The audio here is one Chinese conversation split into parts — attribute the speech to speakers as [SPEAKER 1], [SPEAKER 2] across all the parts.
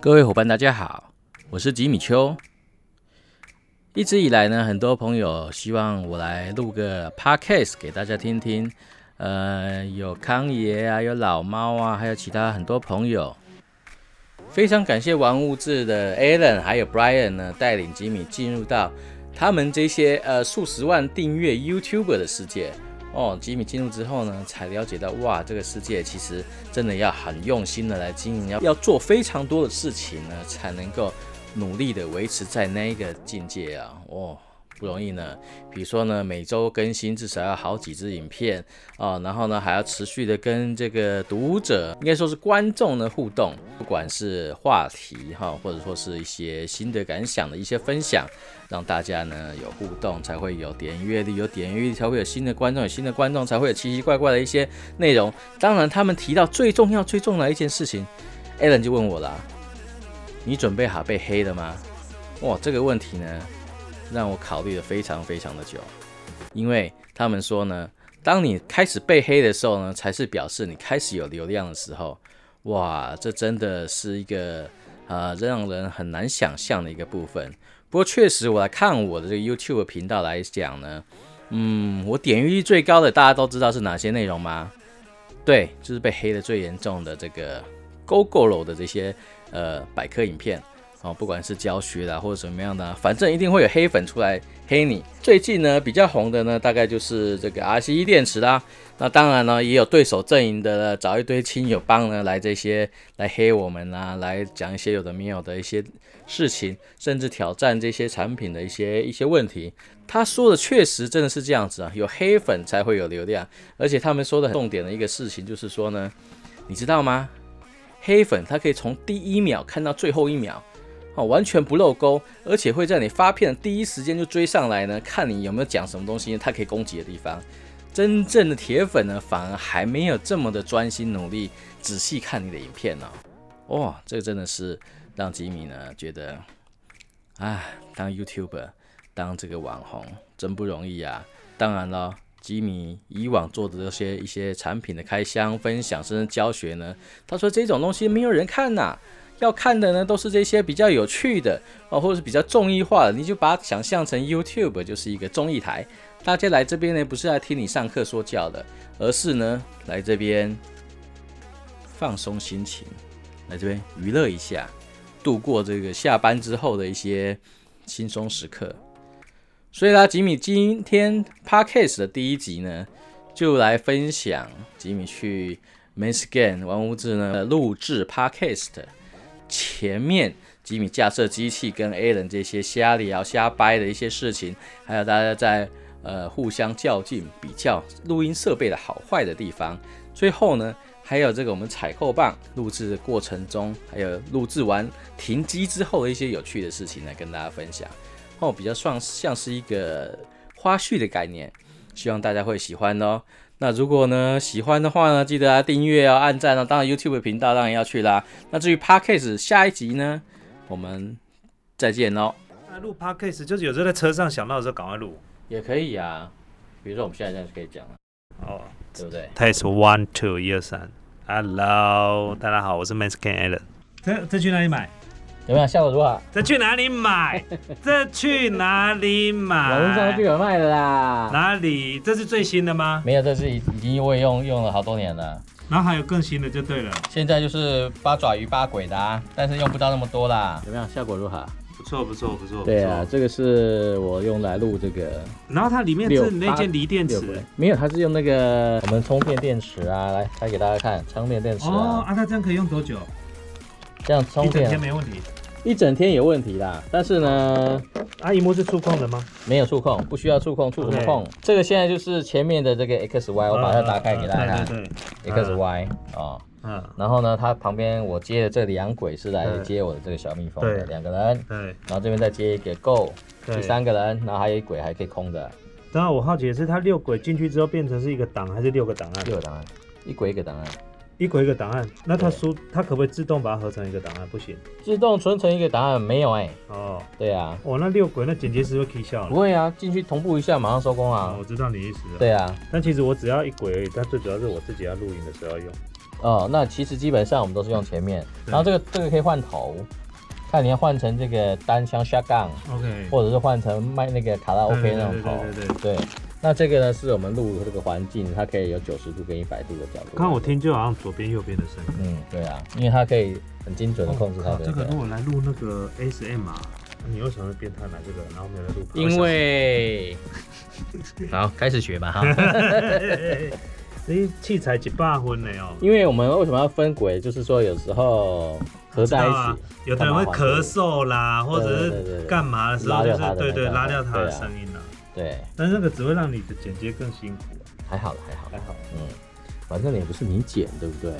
[SPEAKER 1] 各位伙伴，大家好，我是吉米秋。一直以来呢，很多朋友希望我来录个 podcast 给大家听听。呃，有康爷啊，有老猫啊，还有其他很多朋友。非常感谢玩物志的 Alan 还有 Brian 呢，带领吉米进入到他们这些呃数十万订阅 YouTuber 的世界。哦，吉米进入之后呢，才了解到哇，这个世界其实真的要很用心的来经营，要要做非常多的事情呢，才能够努力的维持在那一个境界啊，哦，不容易呢。比如说呢，每周更新至少要好几支影片啊、哦然后呢还要持续的跟这个读者，应该说是观众呢互动，不管是话题哈、或者说是一些心得感想的一些分享，让大家呢有互动，才会有点阅率，有点阅率才会有新的观众，有新的观众才会有奇奇怪怪的一些内容。当然，他们提到最重要、最重要的一件事情，Alan 就问我啦、你准备好被黑了吗？”哇，这个问题呢，让我考虑了非常非常的久，因为他们说呢，当你开始被黑的时候呢，才是表示你开始有流量的时候。哇，这真的是一个呃让人很难想象的一个部分。不过确实，我来看我的这个 YouTube 频道来讲呢，嗯，我点阅率最高的，大家都知道是哪些内容吗？对，就是被黑的最严重的这个 GoGoRo 的这些呃百科影片哦，不管是教学啦或者怎么样的啊，反正一定会有黑粉出来黑你。最近呢比较红的呢，大概就是这个 RCE 电池啦。那当然呢，也有对手阵营的呢找一堆亲友帮呢来这些来黑我们啊，来讲一些有的没有的一些事情，甚至挑战这些产品的一些一些问题。他说的确实真的是这样子啊，有黑粉才会有流量，而且他们说的重点的一个事情就是说呢，你知道吗？黑粉他可以从第一秒看到最后一秒，哦，完全不漏钩，而且会在你发片的第一时间就追上来呢，看你有没有讲什么东西，他可以攻击的地方。真正的铁粉呢，反而还没有这么的专心努力，仔细看你的影片呢、哦。哇、这真的是让吉米呢觉得，啊，当 YouTuber，当这个网红真不容易啊。当然了，吉米以往做的这些一些产品的开箱、分享，甚至教学呢，他说这种东西没有人看呐、要看的呢，都是这些比较有趣的哦，或者是比较综艺化的，你就把它想象成 YouTube 就是一个综艺台，大家来这边呢，不是来听你上课说教的，而是呢来这边放松心情，来这边娱乐一下，度过这个下班之后的一些轻松时刻。所以啦，吉米今天 Podcast 的第一集呢，就来分享吉米去 m a s g a n 玩物志呢录制 Podcast。前面吉米架设机器跟 A 人这些瞎聊瞎掰的一些事情，还有大家在呃互相较劲比较录音设备的好坏的地方。最后呢，还有这个我们采购棒录制的过程中，还有录制完停机之后的一些有趣的事情来跟大家分享。哦，比较算像是一个花絮的概念，希望大家会喜欢哦。那如果呢喜欢的话呢，记得啊订阅啊、按赞啊，当然 YouTube 频道当然要去啦。那至于 Podcast 下一集呢，我们再见哦喽，
[SPEAKER 2] 那录 podcast 就是有时候在车上想到的时候赶快录。
[SPEAKER 1] 也可以啊。比如说我们现在这样就可以讲了，
[SPEAKER 2] 哦
[SPEAKER 1] 对不对？
[SPEAKER 2] ，test one two 一二三，Hello，大家好，我是 Mexican Alan。这这去哪里买？
[SPEAKER 1] 有没有效果如何？
[SPEAKER 2] 这去哪里 买？这去哪里
[SPEAKER 1] 网络上就
[SPEAKER 2] 买？
[SPEAKER 1] 有卖的啦。
[SPEAKER 2] 哪里？这是最新的吗？
[SPEAKER 1] 没有，这是已已经我也用用了好多年了。
[SPEAKER 2] 然后还有更新的就对了，
[SPEAKER 1] 现在就是八爪鱼八鬼的、啊，但是用不到那么多啦。怎么样？效果如何？
[SPEAKER 2] 不错不错不错。
[SPEAKER 1] 对
[SPEAKER 2] 不
[SPEAKER 1] 啊，
[SPEAKER 2] 错。
[SPEAKER 1] 这个是我用来录这个
[SPEAKER 2] 然后它里面
[SPEAKER 1] 六
[SPEAKER 2] 是那件锂电
[SPEAKER 1] 六
[SPEAKER 2] 池
[SPEAKER 1] 鬼。，没有，它是用那个我们充电电池啊，来开给大家看，充电电池
[SPEAKER 2] 哦
[SPEAKER 1] 啊，
[SPEAKER 2] 啊，它这样可以用多久？
[SPEAKER 1] 这样
[SPEAKER 2] 一
[SPEAKER 1] 充
[SPEAKER 2] 整天
[SPEAKER 1] 电
[SPEAKER 2] 没问题。
[SPEAKER 1] 一整天有问题啦。但是呢，
[SPEAKER 2] 啊，荧幕是触控的吗？
[SPEAKER 1] 没有触控，不需要触控，触什么
[SPEAKER 2] OK
[SPEAKER 1] 控？这个现在就是前面的这个 X Y，我把它打开给大家
[SPEAKER 2] 嗯嗯
[SPEAKER 1] 看
[SPEAKER 2] 对对哦对，
[SPEAKER 1] ，X Y 啊。
[SPEAKER 2] 嗯，
[SPEAKER 1] 然后呢，它旁边我接的这两轨是来
[SPEAKER 2] 对
[SPEAKER 1] 接我的这个小蜜蜂的，
[SPEAKER 2] 对
[SPEAKER 1] 两个人，
[SPEAKER 2] 对
[SPEAKER 1] 然后这边再接一个 Go，
[SPEAKER 2] 对。
[SPEAKER 1] 第三个人，然后还有一轨还可以空的，
[SPEAKER 2] 当然，我好奇的是，它六轨进去之后变成是一个档，还是六个档案？
[SPEAKER 1] 六个档案，一轨一个档案，
[SPEAKER 2] 一轨一个档案。那它
[SPEAKER 1] 对
[SPEAKER 2] 输，它可不可以自动把它合成一个档案？不行。
[SPEAKER 1] 自动存成一个档案没有？哎，
[SPEAKER 2] 哦，
[SPEAKER 1] 对啊，
[SPEAKER 2] 哦，那六轨那剪接师会 K 笑
[SPEAKER 1] 不
[SPEAKER 2] 了。
[SPEAKER 1] 会啊，进去同步一下马上收工
[SPEAKER 2] 哦
[SPEAKER 1] 啊，
[SPEAKER 2] 我知道你意思了。
[SPEAKER 1] 对啊，
[SPEAKER 2] 但其实我只要一轨而已，但最主要是我自己要录音的时候用。
[SPEAKER 1] 哦，那其实基本上我们都是用前面，
[SPEAKER 2] 对
[SPEAKER 1] 然后这个这个可以换头，看你要换成这个单枪 shotgun，
[SPEAKER 2] OK，
[SPEAKER 1] 或者是换成卖那个卡拉 OK
[SPEAKER 2] 对
[SPEAKER 1] 那种头。
[SPEAKER 2] 对对对对
[SPEAKER 1] 对那这个呢是我们录这个环境，它可以有九十度跟一百度的角度。
[SPEAKER 2] 刚刚我，听就好像左边右边的声音。
[SPEAKER 1] 嗯，对啊，因为它可以很精准的
[SPEAKER 2] 哦
[SPEAKER 1] 控制它
[SPEAKER 2] 靠
[SPEAKER 1] 的、
[SPEAKER 2] 这个如果来录那个 SM 啊，你为什么会变态买这个，然后没有来录？
[SPEAKER 1] 因为 好开始学吧哈。
[SPEAKER 2] 你器材几百分的哦，
[SPEAKER 1] 因为我们为什么要分轨，就是说有时候合在一
[SPEAKER 2] 知道啊
[SPEAKER 1] 起，
[SPEAKER 2] 有的人会咳嗽啦，或者
[SPEAKER 1] 对对对
[SPEAKER 2] 是
[SPEAKER 1] 对
[SPEAKER 2] 干嘛的时候，
[SPEAKER 1] 拉
[SPEAKER 2] 就
[SPEAKER 1] 掉
[SPEAKER 2] 是
[SPEAKER 1] 它的
[SPEAKER 2] 对对
[SPEAKER 1] 那个
[SPEAKER 2] 拉掉它的
[SPEAKER 1] 对啊
[SPEAKER 2] 声音啦。
[SPEAKER 1] 对，
[SPEAKER 2] 但是那个只会让你的剪接更辛苦。
[SPEAKER 1] 还好了，还好啦
[SPEAKER 2] 还好，
[SPEAKER 1] 嗯，反正也不是你剪，对不对？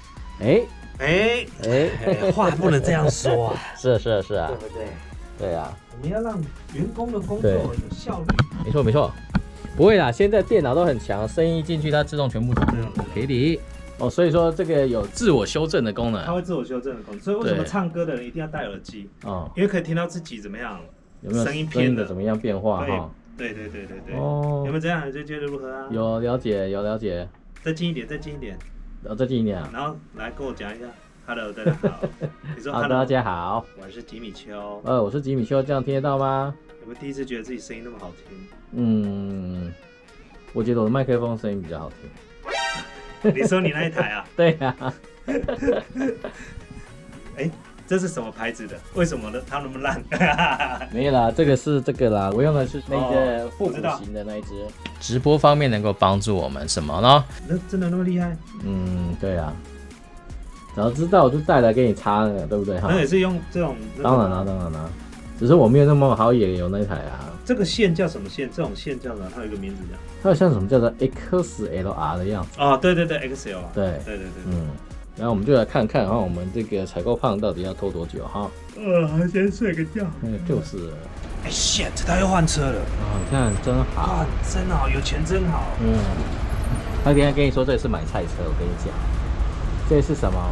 [SPEAKER 1] 哎
[SPEAKER 2] 哎，
[SPEAKER 1] 哎，
[SPEAKER 2] 哎话不能这样说 啊，
[SPEAKER 1] 是啊是啊是啊，
[SPEAKER 2] 不对？
[SPEAKER 1] 对啊，
[SPEAKER 2] 我们要让员工的工
[SPEAKER 1] 对
[SPEAKER 2] 有效率。
[SPEAKER 1] 没错没错，不会啦，现在电脑都很强，声音一进去它自动全部
[SPEAKER 2] 对
[SPEAKER 1] 给
[SPEAKER 2] 对
[SPEAKER 1] 你。哦，所以说这个有自我修正的功
[SPEAKER 2] 他
[SPEAKER 1] 能，
[SPEAKER 2] 会自我修正的功能，所以为什么
[SPEAKER 1] 对
[SPEAKER 2] 唱歌的人一定要戴耳机？
[SPEAKER 1] 哦，
[SPEAKER 2] 因为可以听到自己怎么样。
[SPEAKER 1] 有没有
[SPEAKER 2] 声音
[SPEAKER 1] 声音
[SPEAKER 2] 偏
[SPEAKER 1] 的
[SPEAKER 2] 的
[SPEAKER 1] 怎么样变化
[SPEAKER 2] 对
[SPEAKER 1] 啊哈？
[SPEAKER 2] 对对对对对。有
[SPEAKER 1] 哦
[SPEAKER 2] 没，有这样？你就觉得如何啊？，
[SPEAKER 1] 有了解有了解，
[SPEAKER 2] 再近一点，再近一点，
[SPEAKER 1] 然后再近一点啊，
[SPEAKER 2] 然后来跟我讲一下。Hello，大家 好。你说
[SPEAKER 1] 好
[SPEAKER 2] Hello，
[SPEAKER 1] 大家好，
[SPEAKER 2] 我是吉米秋。
[SPEAKER 1] 呃，我是吉米修，这样听得到吗？
[SPEAKER 2] 有没有第一次觉得自己声音那么好听？
[SPEAKER 1] 嗯，我觉得我的麦克风声音比较好听。
[SPEAKER 2] 你说你那一台啊？
[SPEAKER 1] 对呀、
[SPEAKER 2] 哎，这是什么牌子的？为什么呢？它那么烂？
[SPEAKER 1] 没有啦，这个是这个啦，我用的是那个
[SPEAKER 2] 哦
[SPEAKER 1] 复古
[SPEAKER 2] 我知道
[SPEAKER 1] 型的那一只。直播方面能够帮助我们什么呢？
[SPEAKER 2] 那真的那么厉害？
[SPEAKER 1] 嗯，对啊，早知道我就带来给你插了，对不对哈
[SPEAKER 2] 那？也是用这种？那个
[SPEAKER 1] 啊当然啦、当然啦、只是我没有那么好野游那台啊。
[SPEAKER 2] 这个线叫什么线？这种线叫什么？它有一个名字的。
[SPEAKER 1] 它有像什么叫做 XLR 的样子，
[SPEAKER 2] 哦，对对对，XL 啊。
[SPEAKER 1] 对
[SPEAKER 2] 对对对。
[SPEAKER 1] 嗯，然后我们就来看看哈，我们这个采购胖到底要拖多久哈？
[SPEAKER 2] 呃，还先睡个觉。
[SPEAKER 1] 那个就是
[SPEAKER 2] 哎，shit，他又换车了。
[SPEAKER 1] 啊，你看真好，
[SPEAKER 2] 哇，真好，有钱真好。
[SPEAKER 1] 嗯，他等一下跟你说这是买菜车，我跟你讲，这是什么？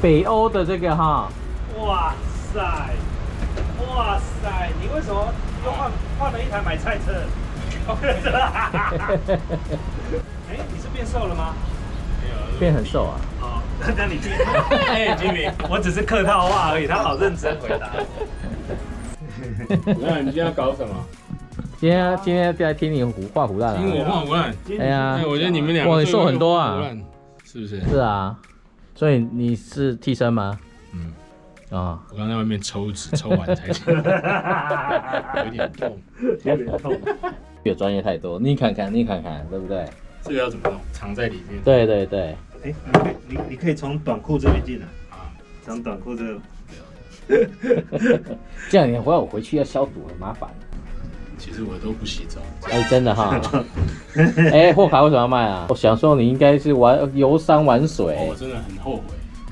[SPEAKER 1] 北欧的这个 哈，
[SPEAKER 2] 哇塞，哇塞，你为什么又换换了一台买菜车？ 哎、你是变瘦了吗？
[SPEAKER 1] 变很瘦啊。
[SPEAKER 2] 哦，那你变。 哎、吉米，我只是客套话而已，他好认真回答。
[SPEAKER 3] 那你今天要搞什么？
[SPEAKER 1] 今天今天在听你胡话胡乱
[SPEAKER 3] 听
[SPEAKER 1] 啊，
[SPEAKER 3] 我话不乱。
[SPEAKER 1] 哎呀
[SPEAKER 3] 哎，我觉得你们两个
[SPEAKER 1] 哇你瘦很多啊
[SPEAKER 3] 最会胡乱，是不是？
[SPEAKER 1] 是啊，所以你是替身吗？
[SPEAKER 3] 嗯，
[SPEAKER 1] 啊、
[SPEAKER 3] 我刚在外面抽脂，抽完 才起来有点痛。
[SPEAKER 2] 有点痛。
[SPEAKER 1] 越专业太多，你看看你看看，对不对？
[SPEAKER 3] 这个要怎么弄？藏在里面。
[SPEAKER 1] 对对对，
[SPEAKER 2] 哎、你可以你你可以从短裤这边进来，
[SPEAKER 3] 啊，
[SPEAKER 2] 从短裤这个。
[SPEAKER 1] 这样你回我回去要消毒了，麻烦。
[SPEAKER 3] 其实我都不洗澡。
[SPEAKER 1] 哎，真的 哈。哎，货卡为什么要卖啊？我想说你应该是玩游山玩
[SPEAKER 3] 哦，我
[SPEAKER 1] 水
[SPEAKER 3] 真的很后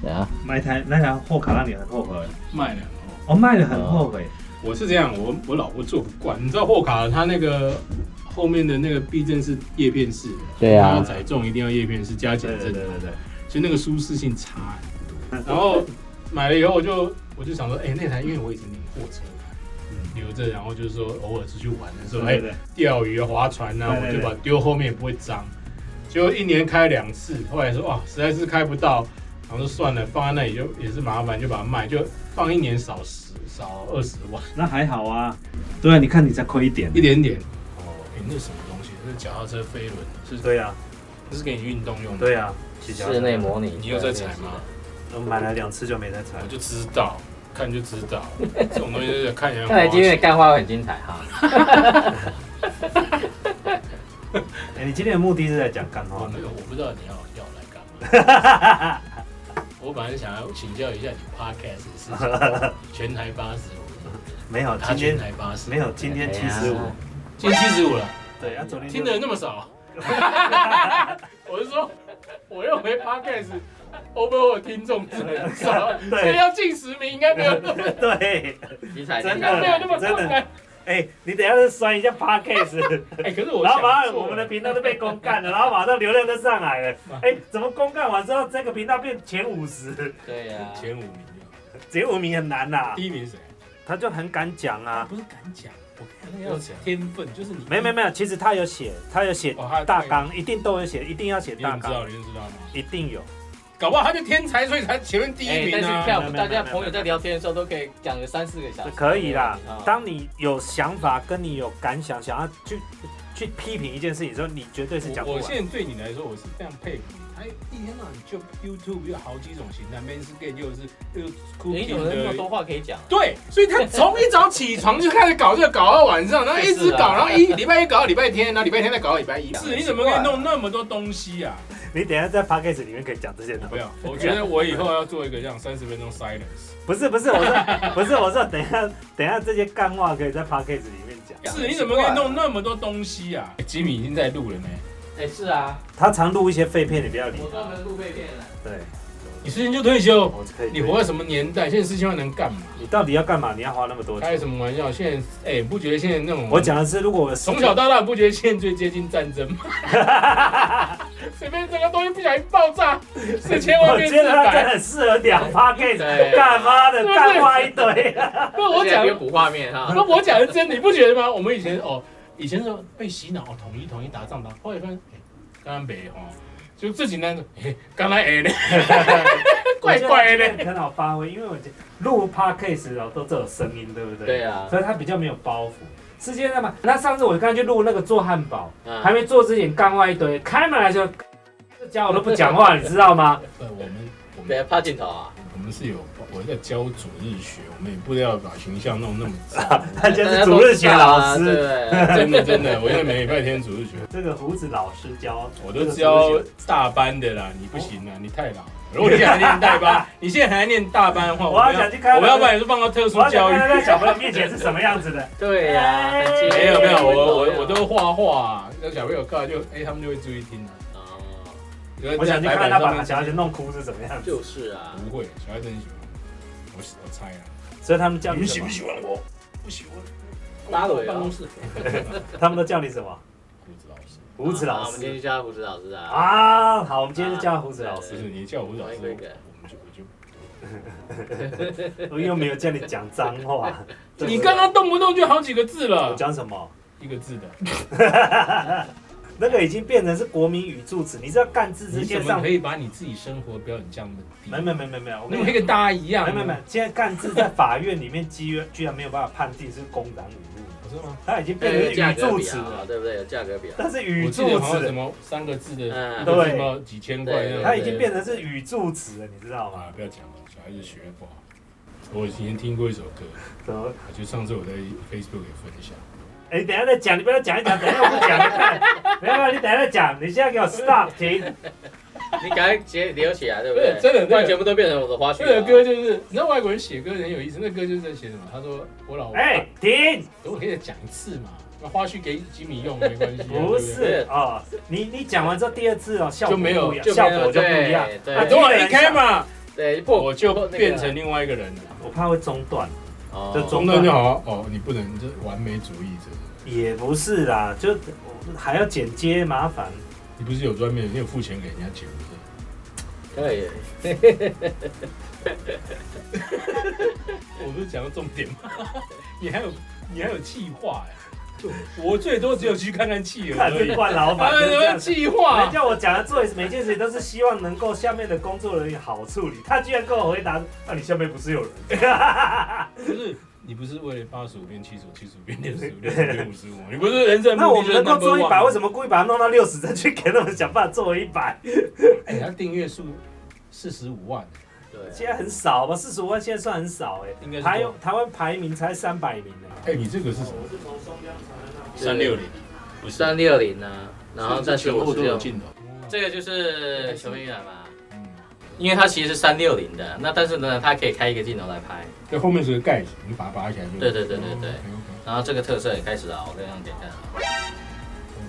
[SPEAKER 3] 悔，
[SPEAKER 1] 啊。
[SPEAKER 2] 买台那台货卡让你很后悔，
[SPEAKER 3] 卖了很后悔。
[SPEAKER 2] 我、哦、卖的很后悔。
[SPEAKER 3] 我是这样，我我老婆做不惯，你知道货卡它那个后面的那个避震是叶片式的，
[SPEAKER 1] 对啊
[SPEAKER 3] 它载重一定要叶片式加减
[SPEAKER 2] 对对
[SPEAKER 3] 震
[SPEAKER 2] 对，对对。
[SPEAKER 3] 所以那个舒适性差很 多。然后买了以后，我就我就想说，哎、那台因为我以前领货车留着，然后就是说偶尔出去玩的时候，哎
[SPEAKER 2] 对对，
[SPEAKER 3] 钓鱼啊、划船啊，
[SPEAKER 2] 对
[SPEAKER 3] 我
[SPEAKER 2] 对
[SPEAKER 3] 就
[SPEAKER 2] 对
[SPEAKER 3] 把它丢后面也不会脏。结果一年开两次，后来说哇，实在是开不到，然后就算了，放在那里就也是麻烦，就把它卖，就放一年少十少二十万，
[SPEAKER 2] 那还好啊。对啊，你看你才亏一点
[SPEAKER 3] 一。点点。哦，哎、那什么东西？那脚踏车飞轮是
[SPEAKER 2] 对啊，
[SPEAKER 3] 这是给你运动用的。
[SPEAKER 2] 对啊，骑脚踏车
[SPEAKER 1] 室内模拟，
[SPEAKER 3] 你又在踩吗？
[SPEAKER 2] 我买了两次就没再踩
[SPEAKER 3] 我。就知道，看就知道，这种东西就是看起来很
[SPEAKER 1] 看来
[SPEAKER 3] 花
[SPEAKER 1] 今天的
[SPEAKER 3] 钱
[SPEAKER 1] 干花会很精彩哈。
[SPEAKER 2] 哎、你今天的目的是在讲干
[SPEAKER 3] 我
[SPEAKER 2] 话
[SPEAKER 3] 哦 没有，我不知道你要要来干嘛。 我本来想要请教一下你 podcast 的事 情，全台八十五，
[SPEAKER 2] 没有，
[SPEAKER 3] 他
[SPEAKER 2] 今
[SPEAKER 3] 全
[SPEAKER 2] 天
[SPEAKER 3] 台八十，
[SPEAKER 2] 没有，今天七十五
[SPEAKER 1] 哎。呀
[SPEAKER 3] 今天七十五了，
[SPEAKER 2] 对啊，昨天
[SPEAKER 3] 听的人那么少。 我是说，我认为 podcast over 我听众真的很少，
[SPEAKER 2] 对
[SPEAKER 3] 所以要进十名应该 没有那么，
[SPEAKER 2] 对，
[SPEAKER 1] 精彩
[SPEAKER 2] 真
[SPEAKER 3] 应
[SPEAKER 2] 的
[SPEAKER 3] 该没有那么
[SPEAKER 2] 真的
[SPEAKER 3] 困难。
[SPEAKER 2] 哎、你等一下就删一下 podcast，
[SPEAKER 3] 哎，可是 我
[SPEAKER 2] 然后马
[SPEAKER 3] 想
[SPEAKER 2] 上
[SPEAKER 3] 做
[SPEAKER 2] 我们的频道都被公干了，然后马上流量就上来 了。哎、怎么公干完之后，这个频道变前五十，
[SPEAKER 1] 对呀
[SPEAKER 3] 前五名，啊
[SPEAKER 2] 前五名很难呐、
[SPEAKER 3] 哎第一名谁？
[SPEAKER 2] 他就很敢讲啊。
[SPEAKER 3] 不是敢讲，我看要天分，就是你
[SPEAKER 2] 没没没有，其实他有写，他有写
[SPEAKER 3] 哦他
[SPEAKER 2] 大纲，一定都有写，一定要写
[SPEAKER 3] 你怎
[SPEAKER 2] 大
[SPEAKER 3] 么知
[SPEAKER 2] 纲，
[SPEAKER 3] 道？你怎么知道吗？
[SPEAKER 2] 一定有。
[SPEAKER 3] 搞不好他就天才，所以才前面第一
[SPEAKER 1] 哎，
[SPEAKER 3] 名
[SPEAKER 1] 但
[SPEAKER 3] 啊
[SPEAKER 1] 是。
[SPEAKER 2] 没有
[SPEAKER 1] 跳舞，
[SPEAKER 2] 没有
[SPEAKER 1] 大家
[SPEAKER 2] 没有
[SPEAKER 1] 朋友在聊天的时候都可以讲个三四个小
[SPEAKER 3] 哦
[SPEAKER 1] 时。
[SPEAKER 2] 可以啦
[SPEAKER 1] 啊。
[SPEAKER 2] 当你有想法，跟你有感想，想要去去批评一件事情的时候，你绝对是讲
[SPEAKER 3] 我
[SPEAKER 2] 不
[SPEAKER 3] 我
[SPEAKER 2] 完。
[SPEAKER 3] 现在对你来说，我是非常佩服你。他一天到晚就 YouTube 有好几种形态，Men's Gay 又是又是
[SPEAKER 1] 哎你怎
[SPEAKER 3] Cooking
[SPEAKER 1] 么那么多
[SPEAKER 3] 的。
[SPEAKER 1] 话可以讲？
[SPEAKER 3] 对，所以他从一早起床就开始搞这个，搞到晚上，然后一 直搞，然后一礼拜一搞到礼拜天，然后礼拜天再搞到礼拜一。哎啊是，你怎么可以弄那么多东西啊？
[SPEAKER 2] 你等一下在 podcast 里面可以讲这些东
[SPEAKER 3] 不
[SPEAKER 2] 西。
[SPEAKER 3] 要， 我觉得我以后要做一个这样三十分钟 silence。
[SPEAKER 2] 不是不是，我说 不是我说，等一下等一下这些干话可以在 podcast 里面讲。
[SPEAKER 3] 是，你怎么可以弄那么多东西啊？吉米已经在录了呢。
[SPEAKER 1] 哎，是啊，
[SPEAKER 2] 他常录一些废片，你不要理
[SPEAKER 1] 我专
[SPEAKER 2] 他。
[SPEAKER 1] 门录被骗了。
[SPEAKER 2] 对，
[SPEAKER 3] 你事情就退休，
[SPEAKER 2] 我可以。
[SPEAKER 3] 你活在什么年代？现在四千万能干嘛？
[SPEAKER 2] 你到底要干嘛？你要花那么多
[SPEAKER 3] 开
[SPEAKER 2] 钱？
[SPEAKER 3] 什么玩笑？现在哎、不觉得现在那种
[SPEAKER 2] 我讲的是，如果我
[SPEAKER 3] 从小到大不觉得现在最接近战争吗？ 随便这个东西不小心爆炸，四千万
[SPEAKER 2] 我
[SPEAKER 3] 变
[SPEAKER 2] 觉
[SPEAKER 3] 四
[SPEAKER 2] 得他真的
[SPEAKER 3] 百，
[SPEAKER 2] 很适合 讲 podcast，
[SPEAKER 1] 对
[SPEAKER 2] 干嘛的
[SPEAKER 3] 是不是
[SPEAKER 2] 干话一堆。
[SPEAKER 3] 那
[SPEAKER 1] 而
[SPEAKER 3] 我讲
[SPEAKER 1] 且还不用补画面 哈。
[SPEAKER 3] 那我讲的真，你不觉得吗？我们以前哦，以前是被洗脑，哦，统一统一打仗打，后来发现，哎、刚刚没哦，就这几年，哎、刚才哎嘞， 怪怪的。
[SPEAKER 2] 很好发挥，因为我觉得录 podcast 哦都这有声音，对不对？
[SPEAKER 1] 对啊，
[SPEAKER 2] 所以它比较没有包袱。世界那么，那上次我刚才去录那个做汉堡，还
[SPEAKER 3] 啊
[SPEAKER 1] 嗯，
[SPEAKER 2] 没做之前干话一堆，开门来就 这家伙都不讲话，你知道吗？
[SPEAKER 3] 呃，我们我们
[SPEAKER 1] 别怕镜头啊！
[SPEAKER 3] 我们是有我在教主日学，我们也不要把形象弄那么糟。
[SPEAKER 2] 他就是主任学老
[SPEAKER 1] 大家都知
[SPEAKER 2] 师，
[SPEAKER 1] 道啊对不对？
[SPEAKER 3] 真的真的，我现在每礼拜天主日学，
[SPEAKER 2] 这个胡子老师教，
[SPEAKER 3] 我都
[SPEAKER 2] 这
[SPEAKER 3] 教
[SPEAKER 2] 个主日学
[SPEAKER 3] 大班的啦，你不行啊，你太老了。如果你现在还念大班，你现在还念大班的话，
[SPEAKER 2] 我要想去看
[SPEAKER 3] 我们要不然也是放到特殊
[SPEAKER 2] 我要
[SPEAKER 3] 教
[SPEAKER 2] 想
[SPEAKER 3] 育
[SPEAKER 2] 看。他在小朋友面前是什么样子的。
[SPEAKER 1] 对呀，
[SPEAKER 2] 哎
[SPEAKER 1] 很亲
[SPEAKER 3] 没有没有，我我我都画画啊，那小朋友看就哎，他们就会注意听啊。
[SPEAKER 1] 哦，
[SPEAKER 3] 就在
[SPEAKER 2] 我想去看他
[SPEAKER 3] 白板上
[SPEAKER 2] 把
[SPEAKER 3] 面
[SPEAKER 2] 小孩子弄哭是什么样子，
[SPEAKER 1] 就是啊，
[SPEAKER 3] 不会，小孩子很喜欢。我我猜啊，
[SPEAKER 2] 所以他们叫你什
[SPEAKER 3] 喜
[SPEAKER 2] 么
[SPEAKER 3] 不？喜欢我？不喜欢。
[SPEAKER 1] 拉拢
[SPEAKER 3] 办公室。啊
[SPEAKER 2] 他们都叫你什么？
[SPEAKER 3] 胡子老师，
[SPEAKER 2] 胡子
[SPEAKER 1] 啊
[SPEAKER 2] 老
[SPEAKER 1] 我们今
[SPEAKER 2] 师
[SPEAKER 1] 天就叫他胡子老师啊。
[SPEAKER 2] 啊，好，我们今天就叫他胡子老
[SPEAKER 3] 不
[SPEAKER 2] 师
[SPEAKER 3] 是，你叫我胡子老师，
[SPEAKER 1] 欢迎
[SPEAKER 3] 我
[SPEAKER 1] 贵
[SPEAKER 3] 们
[SPEAKER 1] 哥
[SPEAKER 3] 就我就
[SPEAKER 2] 我又没有叫你讲脏话。
[SPEAKER 3] 你刚刚动不动就好几个字
[SPEAKER 2] 我
[SPEAKER 3] 了，
[SPEAKER 2] 讲什么？
[SPEAKER 3] 一个字的，
[SPEAKER 2] 那个已经变成是国民语助词，你知道干字
[SPEAKER 3] 你
[SPEAKER 2] 之
[SPEAKER 3] 怎
[SPEAKER 2] 线
[SPEAKER 3] 么
[SPEAKER 2] 上
[SPEAKER 3] 可，以把你自己生活标准降那么低？
[SPEAKER 2] 没没没没没有，我
[SPEAKER 3] 你
[SPEAKER 2] 跟你
[SPEAKER 3] 怎么可以跟大家一样？
[SPEAKER 2] 没没没，，现在干字在法院里面居居然没有办法判定是公然侮辱，
[SPEAKER 3] 我说吗？
[SPEAKER 2] 它已经变
[SPEAKER 1] 对，有
[SPEAKER 2] 成
[SPEAKER 1] 价
[SPEAKER 2] 语
[SPEAKER 1] 格
[SPEAKER 2] 助词
[SPEAKER 1] 表啊，
[SPEAKER 2] 了，
[SPEAKER 1] 对不对？有价格表。
[SPEAKER 2] 但是
[SPEAKER 3] 我
[SPEAKER 2] 语
[SPEAKER 3] 记得
[SPEAKER 2] 助
[SPEAKER 3] 好像
[SPEAKER 2] 词
[SPEAKER 3] 什，么三个字的，
[SPEAKER 1] 嗯
[SPEAKER 3] 一个字要几千块
[SPEAKER 1] 对
[SPEAKER 2] 它
[SPEAKER 3] 那
[SPEAKER 2] 已
[SPEAKER 3] 种。
[SPEAKER 2] 经变成是语助词了，你知道吗？
[SPEAKER 3] 啊，不要讲了，小孩子学不好。我以前听过一首歌，啊
[SPEAKER 2] 怎么？
[SPEAKER 3] 就上次我在 Facebook 给分享，
[SPEAKER 2] 哎，等一下再讲，你不要讲一讲，等一下我不讲，你看 没有没有，你等一下再讲，你现在给我 stop 停，
[SPEAKER 1] 你赶快截留起来，对不对？
[SPEAKER 3] 对真的真的
[SPEAKER 1] 不然全部都变成我的花絮
[SPEAKER 3] 这
[SPEAKER 1] 了啊。
[SPEAKER 3] 首歌就是，你知道外国人写歌很有意思，那歌就是在写什么？他说我老婆，
[SPEAKER 2] 哎，停，
[SPEAKER 3] 我可以再讲一次嘛，那花絮给吉米用没关系啊，
[SPEAKER 2] 不
[SPEAKER 3] 对对
[SPEAKER 2] 是哦，你你讲完之后第二次哦，效果
[SPEAKER 3] 就没有
[SPEAKER 2] 不一样
[SPEAKER 1] 就没
[SPEAKER 2] 效
[SPEAKER 1] 有
[SPEAKER 2] 果就不一样
[SPEAKER 1] 对，对
[SPEAKER 2] 啊
[SPEAKER 3] 等我
[SPEAKER 2] 第个
[SPEAKER 3] 一
[SPEAKER 2] 人
[SPEAKER 3] 哎开
[SPEAKER 2] 上
[SPEAKER 3] 嘛，
[SPEAKER 1] 对，破
[SPEAKER 3] 我就
[SPEAKER 1] 破那个
[SPEAKER 3] 变成另外一个人了。
[SPEAKER 2] 我怕会中断，
[SPEAKER 1] 哦
[SPEAKER 2] 就中
[SPEAKER 3] 中断就好哦，你不能你这完美主义者，
[SPEAKER 2] 也不是啦，就我还要剪接，麻烦。
[SPEAKER 3] 你不是有专门你有付钱给人家剪的？
[SPEAKER 1] 对，
[SPEAKER 3] 我不是讲到重点吗？ 你还有你还有气化哎，就我最多只有去看看企鹅
[SPEAKER 2] 看
[SPEAKER 3] 而
[SPEAKER 2] 这
[SPEAKER 3] 已
[SPEAKER 2] 一。换老板就
[SPEAKER 3] 哎
[SPEAKER 2] 这
[SPEAKER 3] 有
[SPEAKER 2] 样
[SPEAKER 3] 人
[SPEAKER 2] 子。
[SPEAKER 3] 气
[SPEAKER 2] 人
[SPEAKER 3] 化，
[SPEAKER 2] 家我讲的做每件事情都是希望能够下面的工作人员好处理，他居然跟我回答：“那、你下面不是有人
[SPEAKER 3] 不是你不是为了八十五变七十五，七十五变六十五，六十五变五十五，你不是人？”生
[SPEAKER 2] 那我们能够做
[SPEAKER 3] 做
[SPEAKER 2] 一百，为什
[SPEAKER 3] 么？
[SPEAKER 2] 么故意把它弄到六十再去给他们想办法做一百？
[SPEAKER 3] 哎，他订阅数四十五万，
[SPEAKER 1] 对，
[SPEAKER 2] 现在很少吧，四十五万现在算很少哎、
[SPEAKER 3] 应该是
[SPEAKER 2] 台湾台湾排名才三百名呢、
[SPEAKER 3] 哎，你这个是什么？
[SPEAKER 2] 我是从松江传
[SPEAKER 1] 三六零，
[SPEAKER 3] 不是，
[SPEAKER 1] 三六零呢，然后再全部
[SPEAKER 3] 都
[SPEAKER 1] 只
[SPEAKER 3] 有
[SPEAKER 1] 有
[SPEAKER 3] 镜头。
[SPEAKER 1] 这个就是球员版嘛，
[SPEAKER 3] 嗯
[SPEAKER 1] 因为它其实是三六零的，那但是呢，它可以开一个镜头来拍，
[SPEAKER 3] 对，后面是个盖子，你把它拔起来就。
[SPEAKER 1] 对对对对对
[SPEAKER 3] OK，OK
[SPEAKER 1] 然后这个特色也开始了，我跟你点看啊，
[SPEAKER 3] 哇哦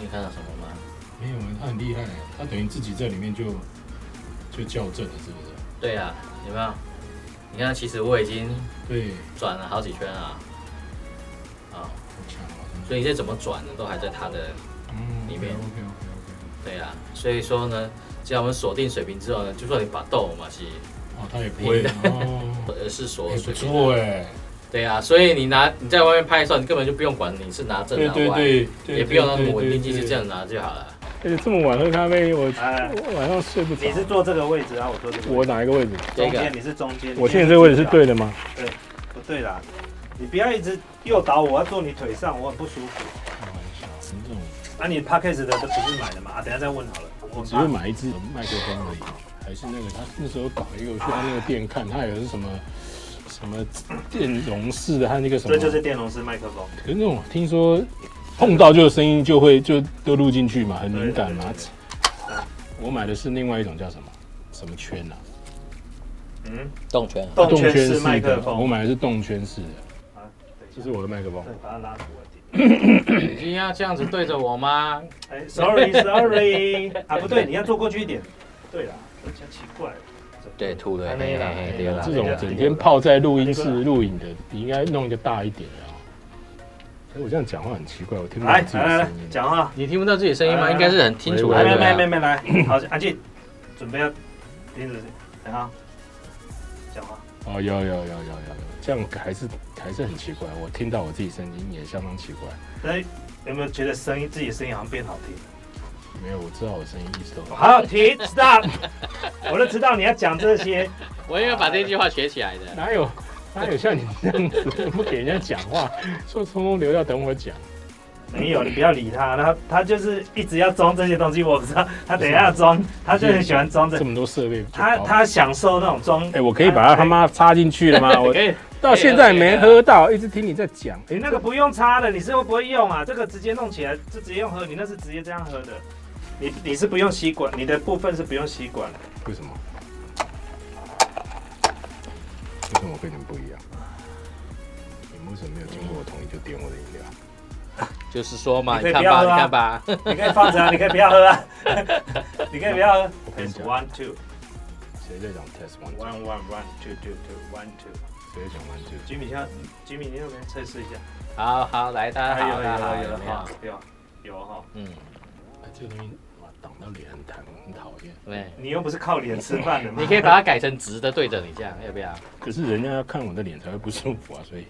[SPEAKER 1] 你看到什么吗？
[SPEAKER 3] 没有啊，他很厉害，他等于自己在里面就就校正了，是不是？
[SPEAKER 1] 对呀、有没有？你看，其实我已经
[SPEAKER 3] 对，
[SPEAKER 1] 转了好几圈了，啊，
[SPEAKER 3] 好强哦，真的
[SPEAKER 1] 所以这怎么转呢，都还在它的
[SPEAKER 3] 嗯
[SPEAKER 1] 里面
[SPEAKER 3] OK OK OK
[SPEAKER 1] 对呀、所以说呢，只要我们锁定水平之后呢，就算你把豆嘛是
[SPEAKER 3] OK，哦，他也不会哦，
[SPEAKER 1] 呃是锁
[SPEAKER 3] 也不
[SPEAKER 1] 水平的，
[SPEAKER 3] 错哎，
[SPEAKER 1] 对呀、所以你拿你在外面拍的时候，你根本就不用管你是拿正
[SPEAKER 3] 对
[SPEAKER 1] 拿
[SPEAKER 3] 对
[SPEAKER 1] 歪，
[SPEAKER 3] 对对，
[SPEAKER 1] 也不用那么
[SPEAKER 3] 对
[SPEAKER 1] 稳定，就是这。
[SPEAKER 3] 对对对
[SPEAKER 1] 样拿就好了。
[SPEAKER 3] 而且哎这么晚喝咖啡，我
[SPEAKER 2] 哎
[SPEAKER 3] 我晚上睡不着
[SPEAKER 2] 你。是坐这个位置，然后啊我坐这个位
[SPEAKER 3] 我
[SPEAKER 2] 置，
[SPEAKER 3] 哪一个位置？
[SPEAKER 2] 中
[SPEAKER 1] 这个
[SPEAKER 2] 间你是中间，
[SPEAKER 3] 我现在
[SPEAKER 2] 你
[SPEAKER 3] 这个位置是
[SPEAKER 2] 主角
[SPEAKER 3] 对的吗？
[SPEAKER 2] 不对啦，你不要一直诱导我，要坐你腿上，我很不舒服。
[SPEAKER 3] 开玩笑，真的，
[SPEAKER 2] 啊，你 p a c k a g e 的都不是买的吗？啊，等一下再问好了。我
[SPEAKER 3] 我只是买一支麦克风而已，还是那个他那时候搞一个，我去他那个店看，他有是什么什么电容式的，还有那个什么，
[SPEAKER 2] 这就是电容式麦克风，
[SPEAKER 3] 可是那种听说碰到就有声音就会就都录进去嘛，很敏感嘛
[SPEAKER 2] 对对。
[SPEAKER 3] 我买的是另外一种叫什么什么圈啊？
[SPEAKER 2] 嗯，
[SPEAKER 1] 动圈啊，
[SPEAKER 2] 动圈式麦克
[SPEAKER 3] 的，哦我
[SPEAKER 2] 风。
[SPEAKER 3] 买的是动圈式的，
[SPEAKER 2] 啊，等一下
[SPEAKER 3] 这是我的麦克风
[SPEAKER 2] 对。，把它拉过来。
[SPEAKER 4] 你今天要这样子对着我吗？
[SPEAKER 2] 哎，sorry，sorry，啊，不对，你要坐过去一点。对啦，比较奇怪。
[SPEAKER 1] 对，吐了，
[SPEAKER 4] 安
[SPEAKER 1] 嘿
[SPEAKER 4] 内啦
[SPEAKER 1] 嘿嘿对啦
[SPEAKER 3] 这种整天泡在录音室录影的，你应该弄一个大一点的啊。哎，我这样讲话很奇怪，我听不到
[SPEAKER 2] 来
[SPEAKER 3] 自己
[SPEAKER 2] 来
[SPEAKER 3] 的
[SPEAKER 2] 来
[SPEAKER 3] 声音，。
[SPEAKER 2] 讲话。
[SPEAKER 4] 你听不到自己声音
[SPEAKER 1] 啊
[SPEAKER 2] 来
[SPEAKER 4] 吗？
[SPEAKER 2] 来
[SPEAKER 4] 应该是很清楚的。
[SPEAKER 2] 来
[SPEAKER 4] 对
[SPEAKER 2] 来
[SPEAKER 4] 不对
[SPEAKER 2] 来来来来，好，阿健，准备要停止，等下讲啊话。
[SPEAKER 3] 哦，有有有有有有，这样还是还是很奇怪，我听到我自己声音也相当奇怪。
[SPEAKER 2] 哎，有没有觉得声音自己的声音好像变好听？
[SPEAKER 3] 没有，我知道我声音一直都好。
[SPEAKER 2] 好，停，stop！我 就知道你要讲这些。
[SPEAKER 4] 我也要把这句话学起来的。
[SPEAKER 3] 哪有哪有像你这样子不给人家讲话，说通通留要等我讲。
[SPEAKER 2] 没有，你不要理他，然后他就是一直要装这些东西，我不知道他等一下要装，他就很喜欢装这
[SPEAKER 3] 这，么多设备就
[SPEAKER 2] 他
[SPEAKER 3] 搞，
[SPEAKER 2] 他享受那种装。
[SPEAKER 3] 哎，我可以把它他妈插进去了吗？我
[SPEAKER 4] 可以，
[SPEAKER 3] 到现在没喝到，一直听你在讲。
[SPEAKER 2] 你哎那个不用擦的，你是会不会用啊？这个直接弄起来就直接用喝，你那是直接这样喝的，你你是不用吸管，你的部分是不用吸管的。
[SPEAKER 3] 为什么？为什么我跟你们不一样？你们为什么没有经过我同意就点我的饮料？
[SPEAKER 1] 就是说嘛，
[SPEAKER 2] 你可
[SPEAKER 1] 你
[SPEAKER 2] 以
[SPEAKER 1] 看
[SPEAKER 2] 不要
[SPEAKER 1] 吧，
[SPEAKER 2] 喝
[SPEAKER 1] 你
[SPEAKER 2] 啊
[SPEAKER 1] 看吧，
[SPEAKER 2] 你可以放着啊，你可以不要喝啊，你可以不要喝。
[SPEAKER 3] 我跟你
[SPEAKER 2] It's
[SPEAKER 3] 讲
[SPEAKER 2] one two
[SPEAKER 3] 谁在讲 test one？
[SPEAKER 2] one one one two two two one two。
[SPEAKER 3] 谁在讲 one two？
[SPEAKER 2] 吉米先，吉米，你那边测试一下。
[SPEAKER 1] 好好来，大家好，大家好，啊
[SPEAKER 2] 有
[SPEAKER 1] 有没有？
[SPEAKER 2] 有有哈，
[SPEAKER 1] 嗯，
[SPEAKER 3] 哎，这个东西哇，挡到脸很疼，很讨厌。
[SPEAKER 1] 对，
[SPEAKER 2] 你又不是靠脸吃饭的吗？
[SPEAKER 1] 你可以把它改成直的对着你，这样要不要？
[SPEAKER 3] 可是人家要看我的脸才会不舒服啊，所 以。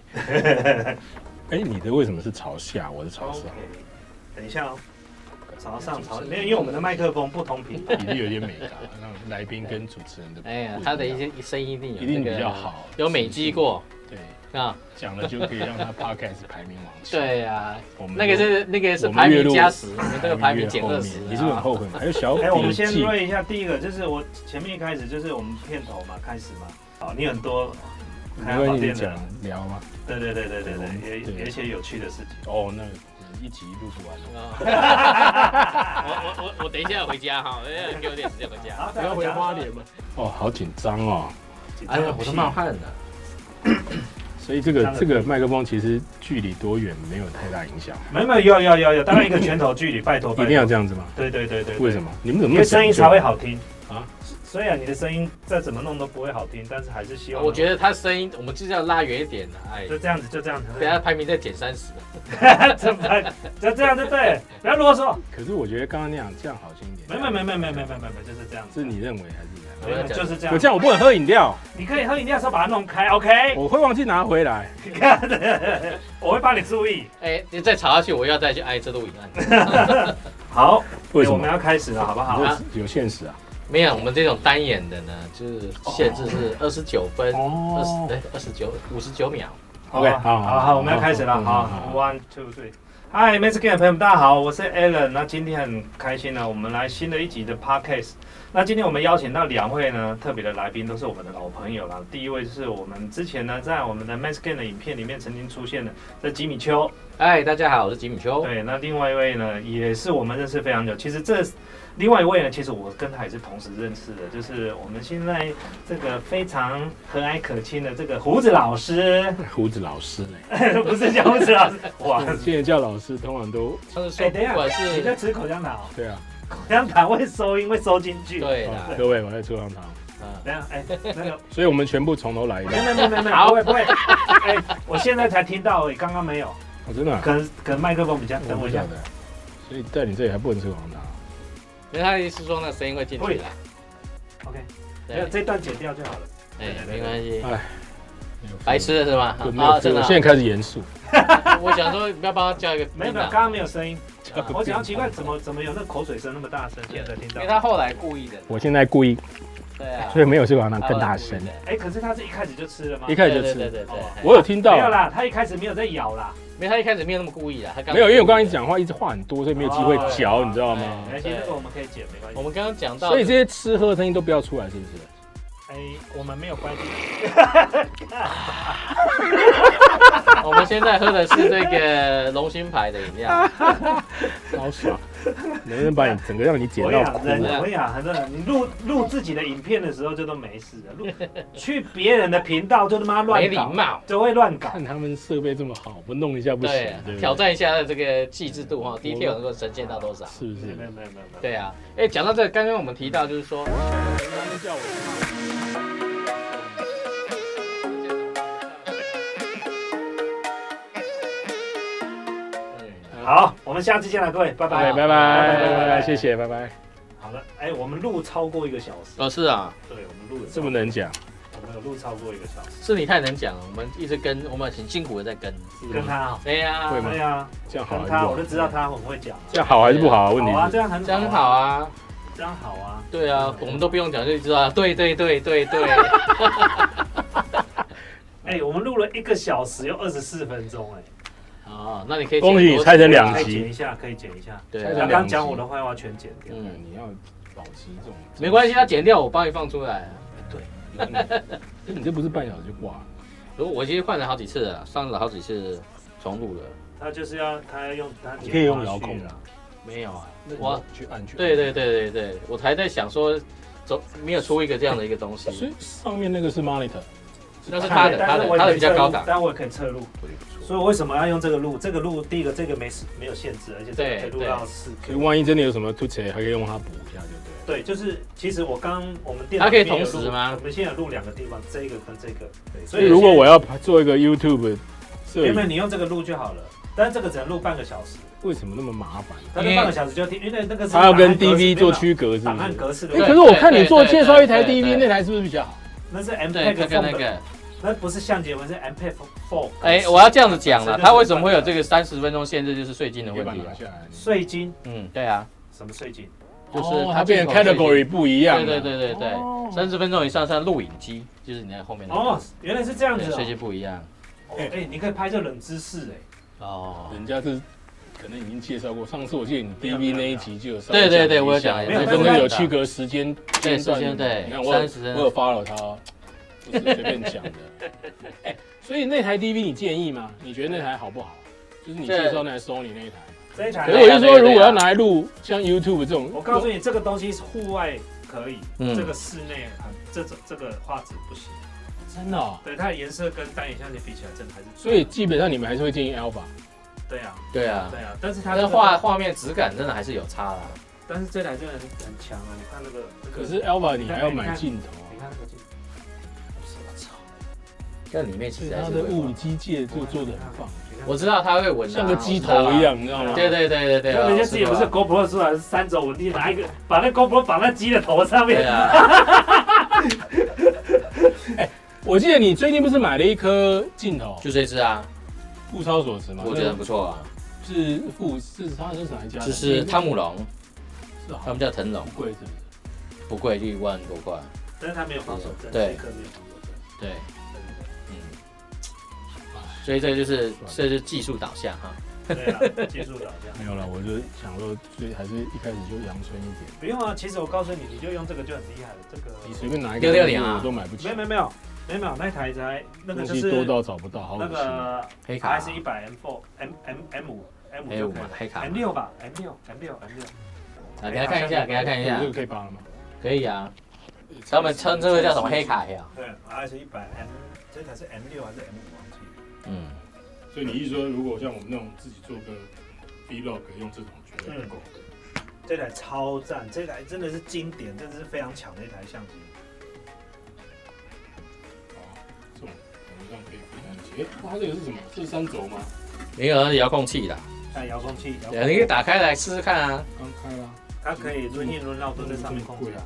[SPEAKER 3] 哎，你的为什么是朝下？我的朝
[SPEAKER 2] OK，
[SPEAKER 3] 上。
[SPEAKER 2] 等一下哦，朝上朝没有，因为我们的麦克风不同频。
[SPEAKER 3] 比哦例有点美感，让来宾跟主持人的不
[SPEAKER 1] 哎呀
[SPEAKER 3] 一，
[SPEAKER 1] 他的一
[SPEAKER 3] 样
[SPEAKER 1] 些声音一定有
[SPEAKER 3] 一定
[SPEAKER 1] 那个
[SPEAKER 3] 比较好
[SPEAKER 1] 有美肌过
[SPEAKER 3] 对
[SPEAKER 1] 啊，
[SPEAKER 3] 讲了就可以让他 podcast 排名往前。，
[SPEAKER 1] 对啊呀，
[SPEAKER 3] 我们
[SPEAKER 1] 那个
[SPEAKER 3] 就是
[SPEAKER 1] 那个是
[SPEAKER 3] 我们
[SPEAKER 1] 排
[SPEAKER 3] 月
[SPEAKER 1] 名
[SPEAKER 3] 入
[SPEAKER 1] 加十，我们这个排名减
[SPEAKER 3] 后
[SPEAKER 1] 二
[SPEAKER 3] 面
[SPEAKER 1] 十，
[SPEAKER 3] 你是不是很后悔吗？还有小
[SPEAKER 2] 哎，我们
[SPEAKER 3] 笔
[SPEAKER 2] 先
[SPEAKER 3] 记
[SPEAKER 2] 说一下第一个，就是我前面一开始就是我们片头嘛，开始嘛。好，你很多
[SPEAKER 3] 没
[SPEAKER 2] 开好
[SPEAKER 3] 关系，你
[SPEAKER 2] 店的
[SPEAKER 3] 讲，聊吗？
[SPEAKER 2] 对对对对对
[SPEAKER 3] 对我们
[SPEAKER 2] 对，也
[SPEAKER 3] 对
[SPEAKER 2] 有一些有趣的事情。
[SPEAKER 3] 哦，那一集录不完了，
[SPEAKER 4] 啊我我我我等一下回家哈，我要给我点时间回家。
[SPEAKER 2] 好，
[SPEAKER 3] 不要回花莲吗？哦，好紧张哦。
[SPEAKER 2] 哎呀，我的妈！
[SPEAKER 1] 汗了。
[SPEAKER 3] 所以这
[SPEAKER 2] 紧张
[SPEAKER 3] 个
[SPEAKER 2] 了
[SPEAKER 3] 这个麦克风其实距离多远没有太大影响，
[SPEAKER 2] 没有没有有有有有，当然一个拳头距离，拜托，
[SPEAKER 3] 一定
[SPEAKER 2] 拜
[SPEAKER 3] 要
[SPEAKER 2] 托。
[SPEAKER 3] 这样子吗？
[SPEAKER 2] 对对对对。
[SPEAKER 3] 为什么？你们怎么
[SPEAKER 2] 因为
[SPEAKER 3] 那么
[SPEAKER 2] 声音才会好听啊
[SPEAKER 3] 啊。
[SPEAKER 2] 虽然你的声音再怎么弄都不会好听，但是还是希望
[SPEAKER 4] 我觉得他声音，我们就是要拉远一点的，哎，
[SPEAKER 2] 就这样子，就这样子，
[SPEAKER 4] 等一下排名再减三十。
[SPEAKER 2] 这就这样就对了，不要啰嗦。
[SPEAKER 3] 可是我觉得刚刚那样这样好听一点。
[SPEAKER 2] 没没没没没没没没没，就是这样子。
[SPEAKER 3] 是你认为还是怎样？
[SPEAKER 2] 没有，就是这
[SPEAKER 3] 我
[SPEAKER 2] 样。
[SPEAKER 3] 这样我不能喝饮料，
[SPEAKER 2] 你可以喝饮料的时候把它弄开，OK？
[SPEAKER 3] 我会忘记拿回来。
[SPEAKER 2] 哎我会帮你注意。
[SPEAKER 4] 哎，你再吵下去，我又要再去挨这录影啊 案。
[SPEAKER 2] 好，哎
[SPEAKER 3] 为什
[SPEAKER 2] 我们
[SPEAKER 3] 么？嗯
[SPEAKER 2] 要开始了，好不好？
[SPEAKER 3] 有有现实啊。
[SPEAKER 4] 没有，我们这种单眼的呢，就是限制
[SPEAKER 2] 哦
[SPEAKER 4] 是二十九分，二十哎二十九五十九秒。
[SPEAKER 3] OK，
[SPEAKER 2] 吧
[SPEAKER 3] 好
[SPEAKER 2] 好
[SPEAKER 3] 好
[SPEAKER 2] 好，
[SPEAKER 3] 好
[SPEAKER 2] 我们要开始了。
[SPEAKER 3] 好
[SPEAKER 2] 好
[SPEAKER 3] 好好
[SPEAKER 2] ，One Two Three。嗨，Mexican 的朋友们，大家好，我是 Alan。那今天很开心呢，我们来新的一集的 Podcast。那今天我们邀请到两位呢特别的来宾，都是我们的老朋友了。第一位是我们之前呢在我们的 Mexican 的影片里面曾经出现的，这吉米秋。
[SPEAKER 4] 嗨，哎大家好，我是吉米秋。
[SPEAKER 2] 对，那另外一位呢，也是我们认识非常久。其实这另外一位呢，其实我跟他也是同时认识的，就是我们现在这个非常和蔼可亲的这个胡子老师，
[SPEAKER 3] 哎胡子老师嘞，
[SPEAKER 2] 不是叫胡子老师， 哇！
[SPEAKER 3] 现在叫老师通常都
[SPEAKER 4] 他是说
[SPEAKER 2] 哎、等一
[SPEAKER 4] 不
[SPEAKER 2] 下
[SPEAKER 4] 管，
[SPEAKER 2] 你在
[SPEAKER 4] 是
[SPEAKER 2] 吃口香糖、哦？
[SPEAKER 3] 对啊。
[SPEAKER 2] 口香糖会收音，会收进去。，
[SPEAKER 4] 对
[SPEAKER 3] 啊
[SPEAKER 4] 啦，
[SPEAKER 3] 各位，我在出堂堂，
[SPEAKER 4] 嗯
[SPEAKER 2] 等一下，哎、那个，
[SPEAKER 3] 所以我们全部从头来一
[SPEAKER 2] 没有
[SPEAKER 3] 遍。
[SPEAKER 2] 没有没有没有，不会不会，哎、我现在才听到而已，刚刚没有，
[SPEAKER 3] 我真的啊，
[SPEAKER 2] 可能可能麦克风比较，
[SPEAKER 3] 我
[SPEAKER 2] 等我
[SPEAKER 3] 不
[SPEAKER 2] 一下
[SPEAKER 3] 晓，得。所以在你这里还不能吃口香糖啊。
[SPEAKER 4] 那他的意思说那声音会进去啦。
[SPEAKER 2] ，OK，没有
[SPEAKER 4] 对，
[SPEAKER 2] 这段剪掉就好了。
[SPEAKER 4] 哎，没关系。白
[SPEAKER 3] 白
[SPEAKER 4] 痴了是吗？
[SPEAKER 3] 嗯没有 feel，
[SPEAKER 4] 啊，
[SPEAKER 3] 我
[SPEAKER 4] 真的啊。
[SPEAKER 3] 现在开始严肃。
[SPEAKER 4] 我想说，你不要帮他叫一个
[SPEAKER 2] 没有
[SPEAKER 4] 名
[SPEAKER 2] 没有，
[SPEAKER 4] 啊
[SPEAKER 2] 刚刚没有声音，
[SPEAKER 3] 叫 个
[SPEAKER 2] 我想要
[SPEAKER 3] 变
[SPEAKER 2] 奇怪，怎么怎么有那口水声那么大声？现在听
[SPEAKER 1] 因
[SPEAKER 2] 到
[SPEAKER 1] 为？他后来故意的，
[SPEAKER 3] 我现在故意，
[SPEAKER 1] 对啊，
[SPEAKER 3] 所以没有去把它
[SPEAKER 1] 他
[SPEAKER 3] 拿
[SPEAKER 1] 后来
[SPEAKER 3] 更大
[SPEAKER 1] 故意
[SPEAKER 3] 声。
[SPEAKER 1] 的
[SPEAKER 2] 哎，可是他是一开始就吃了吗？哦
[SPEAKER 3] 一开始就
[SPEAKER 1] 对
[SPEAKER 3] 吃，
[SPEAKER 1] 对对对对，
[SPEAKER 3] 我有听到
[SPEAKER 2] 没，有啦，他一开始没有在咬啦。
[SPEAKER 1] 没有他一开始没有那么故意啊，他刚
[SPEAKER 3] 没有，因为我刚刚一直，讲话一直话很多，所以没有机会
[SPEAKER 2] 哦
[SPEAKER 3] 嚼，你知道吗？
[SPEAKER 2] 没关系，哎这个我们可以剪，没关
[SPEAKER 1] 我
[SPEAKER 2] 系。
[SPEAKER 1] 们刚刚讲到，
[SPEAKER 3] 所以这些吃喝的声音都不要出来，是不是？
[SPEAKER 2] 哎，我们没有关系。
[SPEAKER 1] 我们现在喝的是这个龙心牌的饮 料，
[SPEAKER 3] 好爽，能不能把你整个让你解
[SPEAKER 2] 我
[SPEAKER 3] 到
[SPEAKER 2] 讲
[SPEAKER 3] 哭
[SPEAKER 2] 人，
[SPEAKER 3] 啊？
[SPEAKER 2] 我跟你讲，很多人，你录录自己的影片的时候就都没事了， 录去别人的频道就他妈
[SPEAKER 1] 没
[SPEAKER 2] 乱
[SPEAKER 1] 礼
[SPEAKER 2] 搞，
[SPEAKER 1] 貌。
[SPEAKER 2] 就会乱搞。
[SPEAKER 3] 看他们设备这么好，不弄一下不行，
[SPEAKER 1] 对
[SPEAKER 3] 对不，对
[SPEAKER 1] 挑战一下这个细致度哈，detail 能够呈现到多少？
[SPEAKER 3] 是不
[SPEAKER 2] 没有没有没
[SPEAKER 3] 是？
[SPEAKER 2] 有没有。没有
[SPEAKER 1] 对啊，哎，讲到这个，刚刚我们提到就是说，嗯，
[SPEAKER 2] 好，我们下次见了，各位，拜
[SPEAKER 3] 拜
[SPEAKER 2] 拜。
[SPEAKER 3] 拜拜
[SPEAKER 2] 拜拜
[SPEAKER 3] 拜拜，谢谢拜拜，
[SPEAKER 2] 好了，哎，我们录超过一个小时，
[SPEAKER 1] 哦是啊，
[SPEAKER 2] 对，我们录了
[SPEAKER 3] 这么能讲，
[SPEAKER 2] 我们有录超过一个小时，
[SPEAKER 1] 是你太能讲了，我们一直跟，我们很辛苦的在跟，
[SPEAKER 2] 跟他啊，
[SPEAKER 1] 对呀，
[SPEAKER 3] 会吗哎
[SPEAKER 2] 对呀，
[SPEAKER 3] 这样好
[SPEAKER 2] 跟
[SPEAKER 3] 还
[SPEAKER 2] 他，
[SPEAKER 3] 是
[SPEAKER 2] 我
[SPEAKER 3] 不
[SPEAKER 2] 就
[SPEAKER 3] 好？
[SPEAKER 2] 知道他很会讲啊。
[SPEAKER 3] 这样好还是不好啊？问
[SPEAKER 2] 好啊，
[SPEAKER 3] 题
[SPEAKER 2] 这样很
[SPEAKER 1] 这样好，啊，
[SPEAKER 2] 这样好啊。
[SPEAKER 1] 对啊，我们都不用讲就知道，对对对对对，
[SPEAKER 2] 哎，我们录了一个小时又二十四分钟，哎，
[SPEAKER 1] 哦，那你可以
[SPEAKER 3] 是恭喜你拆成两
[SPEAKER 2] 可以剪
[SPEAKER 3] 集，
[SPEAKER 2] 一下，可以剪一下。
[SPEAKER 1] 对
[SPEAKER 3] 拆成
[SPEAKER 2] 刚
[SPEAKER 1] 啊，
[SPEAKER 3] 两
[SPEAKER 2] 刚讲我的坏话全剪掉。
[SPEAKER 1] 嗯，
[SPEAKER 3] 你要保持这种
[SPEAKER 1] 没关系，啊他剪掉我帮你放出来。
[SPEAKER 3] 系， 你这不是半小时就挂了，
[SPEAKER 1] 如果我其实换了好几次了，上了好几次重录了，
[SPEAKER 2] 他就是要他要用他
[SPEAKER 3] 你可以用遥控
[SPEAKER 2] 的
[SPEAKER 3] 的，
[SPEAKER 1] 没有啊，
[SPEAKER 3] 我
[SPEAKER 1] 我
[SPEAKER 3] 去安全，
[SPEAKER 1] 对对对对对，我还在想说，总没有出一个这样的一个东
[SPEAKER 3] 所以
[SPEAKER 1] 西，
[SPEAKER 3] 上面那个是 monitor，
[SPEAKER 1] 那是他的
[SPEAKER 2] 对
[SPEAKER 1] 他
[SPEAKER 2] 但是
[SPEAKER 1] 的
[SPEAKER 2] 我也
[SPEAKER 1] 他的
[SPEAKER 2] 可以
[SPEAKER 1] 比较
[SPEAKER 2] 侧
[SPEAKER 1] 高
[SPEAKER 2] 录
[SPEAKER 1] 档，
[SPEAKER 2] 但我也可以侧录。所以为什么要用这个录？这个录第一个这个没时没有限制，而且这个
[SPEAKER 1] 对
[SPEAKER 2] 可以录到四
[SPEAKER 3] 所以
[SPEAKER 2] K。
[SPEAKER 3] 万一真的有什么突起，还可以用它补一下，对不对？
[SPEAKER 2] 对，就是其实我刚我们电
[SPEAKER 1] 它
[SPEAKER 2] 脑
[SPEAKER 1] 可以
[SPEAKER 2] 里面有
[SPEAKER 1] 同
[SPEAKER 2] 录
[SPEAKER 1] 时吗
[SPEAKER 2] 我们现在有录两个地方，这个跟这个。对所
[SPEAKER 3] 所以如果我
[SPEAKER 2] 要，
[SPEAKER 3] 要做一个 YouTube 摄
[SPEAKER 2] 因
[SPEAKER 3] 影
[SPEAKER 2] 为，你用这个录就好了，但是这个只能录半个小时，
[SPEAKER 3] 为什么那么麻烦？
[SPEAKER 2] 但是半个小时就听，因为那个是
[SPEAKER 3] 它要
[SPEAKER 2] 档案
[SPEAKER 3] 跟
[SPEAKER 2] 格式
[SPEAKER 3] DV
[SPEAKER 2] 的
[SPEAKER 3] 做区隔，是
[SPEAKER 2] 档
[SPEAKER 3] 不
[SPEAKER 2] 案
[SPEAKER 3] 是？
[SPEAKER 2] 格式的
[SPEAKER 3] 哎、
[SPEAKER 2] 档
[SPEAKER 3] 可
[SPEAKER 2] 案，
[SPEAKER 3] 是我看你做
[SPEAKER 1] 对对
[SPEAKER 3] 介绍一台
[SPEAKER 1] 对对
[SPEAKER 3] DV，那台是不是比较好？
[SPEAKER 2] 那是
[SPEAKER 1] 对，
[SPEAKER 2] MPEG
[SPEAKER 1] 那个那
[SPEAKER 2] 4的，
[SPEAKER 1] 个，
[SPEAKER 2] 那不是相机文，是 MPEG 4。
[SPEAKER 1] 哎，我要这样子讲了，他为什么会有这个三十分钟限制，就是税金的问题啊，
[SPEAKER 3] 下来
[SPEAKER 2] 税金？
[SPEAKER 1] 嗯，对啊，
[SPEAKER 2] 什么税金？
[SPEAKER 1] 就是
[SPEAKER 3] 哦它
[SPEAKER 1] 进
[SPEAKER 3] 变成
[SPEAKER 1] 口税金
[SPEAKER 3] category 不一样啊
[SPEAKER 1] 对
[SPEAKER 3] 了。
[SPEAKER 1] 对对对对，三十分钟以上算录影机，就是你在后面那个
[SPEAKER 2] 哦，原来是这样子
[SPEAKER 1] 对
[SPEAKER 2] 哦
[SPEAKER 1] 税。金不一样
[SPEAKER 2] 哦哎、你可以拍这冷知识哎、
[SPEAKER 1] 哦。
[SPEAKER 3] 人家是可能已经介绍过，上次我记得你
[SPEAKER 2] 没有
[SPEAKER 3] DV 那一集就有稍微
[SPEAKER 1] 对对对我有讲
[SPEAKER 2] 没
[SPEAKER 3] 讲一下
[SPEAKER 2] 有
[SPEAKER 3] 对
[SPEAKER 2] 但是
[SPEAKER 3] 中间
[SPEAKER 2] 它
[SPEAKER 3] 有区隔时间
[SPEAKER 1] 对
[SPEAKER 3] 间段
[SPEAKER 1] 时间对
[SPEAKER 3] 你看我有
[SPEAKER 1] 30
[SPEAKER 3] 我有 follow 他哦，不是随便讲的。 哎所以那台 DV 你建议吗？你觉得那台好不好？就是你介绍那台 Sony 那一台。
[SPEAKER 2] 这一台
[SPEAKER 3] 可
[SPEAKER 1] 对对
[SPEAKER 3] 是我
[SPEAKER 1] 对
[SPEAKER 3] 就说，如果要拿来录像 YouTube 这种，
[SPEAKER 2] 我告诉你，这个东西是户外可以，
[SPEAKER 1] 嗯
[SPEAKER 2] 这个室内很这种这个画质不行。
[SPEAKER 3] 真的哦。
[SPEAKER 2] 对，它的颜色跟单眼相机比起来，真的还是
[SPEAKER 3] 所以基本上你们还是会建议 Alpha。
[SPEAKER 2] 对啊，
[SPEAKER 1] 对啊，
[SPEAKER 2] 对啊，但是它
[SPEAKER 1] 它
[SPEAKER 2] 这
[SPEAKER 1] 的
[SPEAKER 2] 个
[SPEAKER 1] 画，画面质感真的还是有差啦。
[SPEAKER 2] 但是这台真的是很强啊！你看那个，那个，
[SPEAKER 3] 可是 Alpha 你还要买镜头啊
[SPEAKER 2] 你，看那个镜头，我操，
[SPEAKER 1] 但里面其
[SPEAKER 3] 所以
[SPEAKER 1] 实还
[SPEAKER 3] 它
[SPEAKER 1] 是
[SPEAKER 3] 的
[SPEAKER 1] 会
[SPEAKER 3] 物理
[SPEAKER 1] 晃。
[SPEAKER 3] 机界就做的很棒，
[SPEAKER 2] 你看
[SPEAKER 1] 我知道它会稳啊，
[SPEAKER 3] 像个鸡头一样，你知道
[SPEAKER 1] 我
[SPEAKER 3] 吗？
[SPEAKER 1] 知道啦。对对对对对啊，
[SPEAKER 2] 人家自己不是
[SPEAKER 1] 我知道
[SPEAKER 2] GoPro 出来是三轴稳定，拿一个把那 GoPro 绑在鸡的头上
[SPEAKER 1] 对
[SPEAKER 2] 面，
[SPEAKER 1] 啊，
[SPEAKER 3] 我记得你最近不是买了一颗镜头，
[SPEAKER 1] 就这一只啊，
[SPEAKER 3] 物超所值嘛？
[SPEAKER 1] 我觉得很不错啊。
[SPEAKER 3] 是富是它是哪一家的？
[SPEAKER 1] 就是汤姆龙，
[SPEAKER 3] 是
[SPEAKER 1] 他
[SPEAKER 3] 好
[SPEAKER 1] 们叫腾龙
[SPEAKER 3] 不，贵是 不是？
[SPEAKER 1] 不贵，就一万多块。
[SPEAKER 2] 但是它没有防守针，
[SPEAKER 1] 对
[SPEAKER 2] 这颗没有防守针
[SPEAKER 1] 对，嗯。所以这就是这就是技术导向哈。
[SPEAKER 2] 对啊，技术导向。
[SPEAKER 3] 没有了，我就想说，所以还是一开始就阳春一点。
[SPEAKER 2] 不用啊，其实我告诉你，你就用这个就很厉害了。这个
[SPEAKER 3] 你随便拿一
[SPEAKER 1] 六
[SPEAKER 3] 个
[SPEAKER 1] 六零啊
[SPEAKER 3] 我都买不起
[SPEAKER 2] 没有，没有没有没有没有，那台才那个
[SPEAKER 3] 东
[SPEAKER 2] 就
[SPEAKER 3] 西
[SPEAKER 2] 是
[SPEAKER 3] 多到找不到，好
[SPEAKER 2] 那
[SPEAKER 3] 恶心。
[SPEAKER 2] 个
[SPEAKER 1] 黑卡
[SPEAKER 2] S 一百 M four M M M 五 M 五
[SPEAKER 1] A
[SPEAKER 2] 就
[SPEAKER 1] 五
[SPEAKER 2] 可以
[SPEAKER 1] 嘛，哎黑卡嘛。
[SPEAKER 2] M 六吧，M 六 M 六 M 六，
[SPEAKER 1] 啊，给他看一下，给他看一
[SPEAKER 3] 你
[SPEAKER 1] 下
[SPEAKER 3] 这，个可以拔了吗？
[SPEAKER 1] 可以啊。他们称这个叫什么黑？卡呀？
[SPEAKER 2] 对，S 一百 M 这台是 M 六还是 M 五忘记了？
[SPEAKER 1] 嗯，
[SPEAKER 3] 所以你一说，如果像我们那种自己做个 vlog 用这种绝对不够。
[SPEAKER 2] 嗯这台超赞，这台真的是经典，真的是非常强的一台相机。
[SPEAKER 3] 哦，这种感觉上可以负担得起。哎，它这个是什么？这是三轴吗？
[SPEAKER 1] 没有那是遥控器啦。
[SPEAKER 2] 像哎遥控器，遥
[SPEAKER 1] 对
[SPEAKER 2] 控
[SPEAKER 1] 啊，你可以打开来试试看啊。
[SPEAKER 3] 刚开啦。
[SPEAKER 2] 它可以轮印轮绕都在上面控制
[SPEAKER 3] 贵。啊。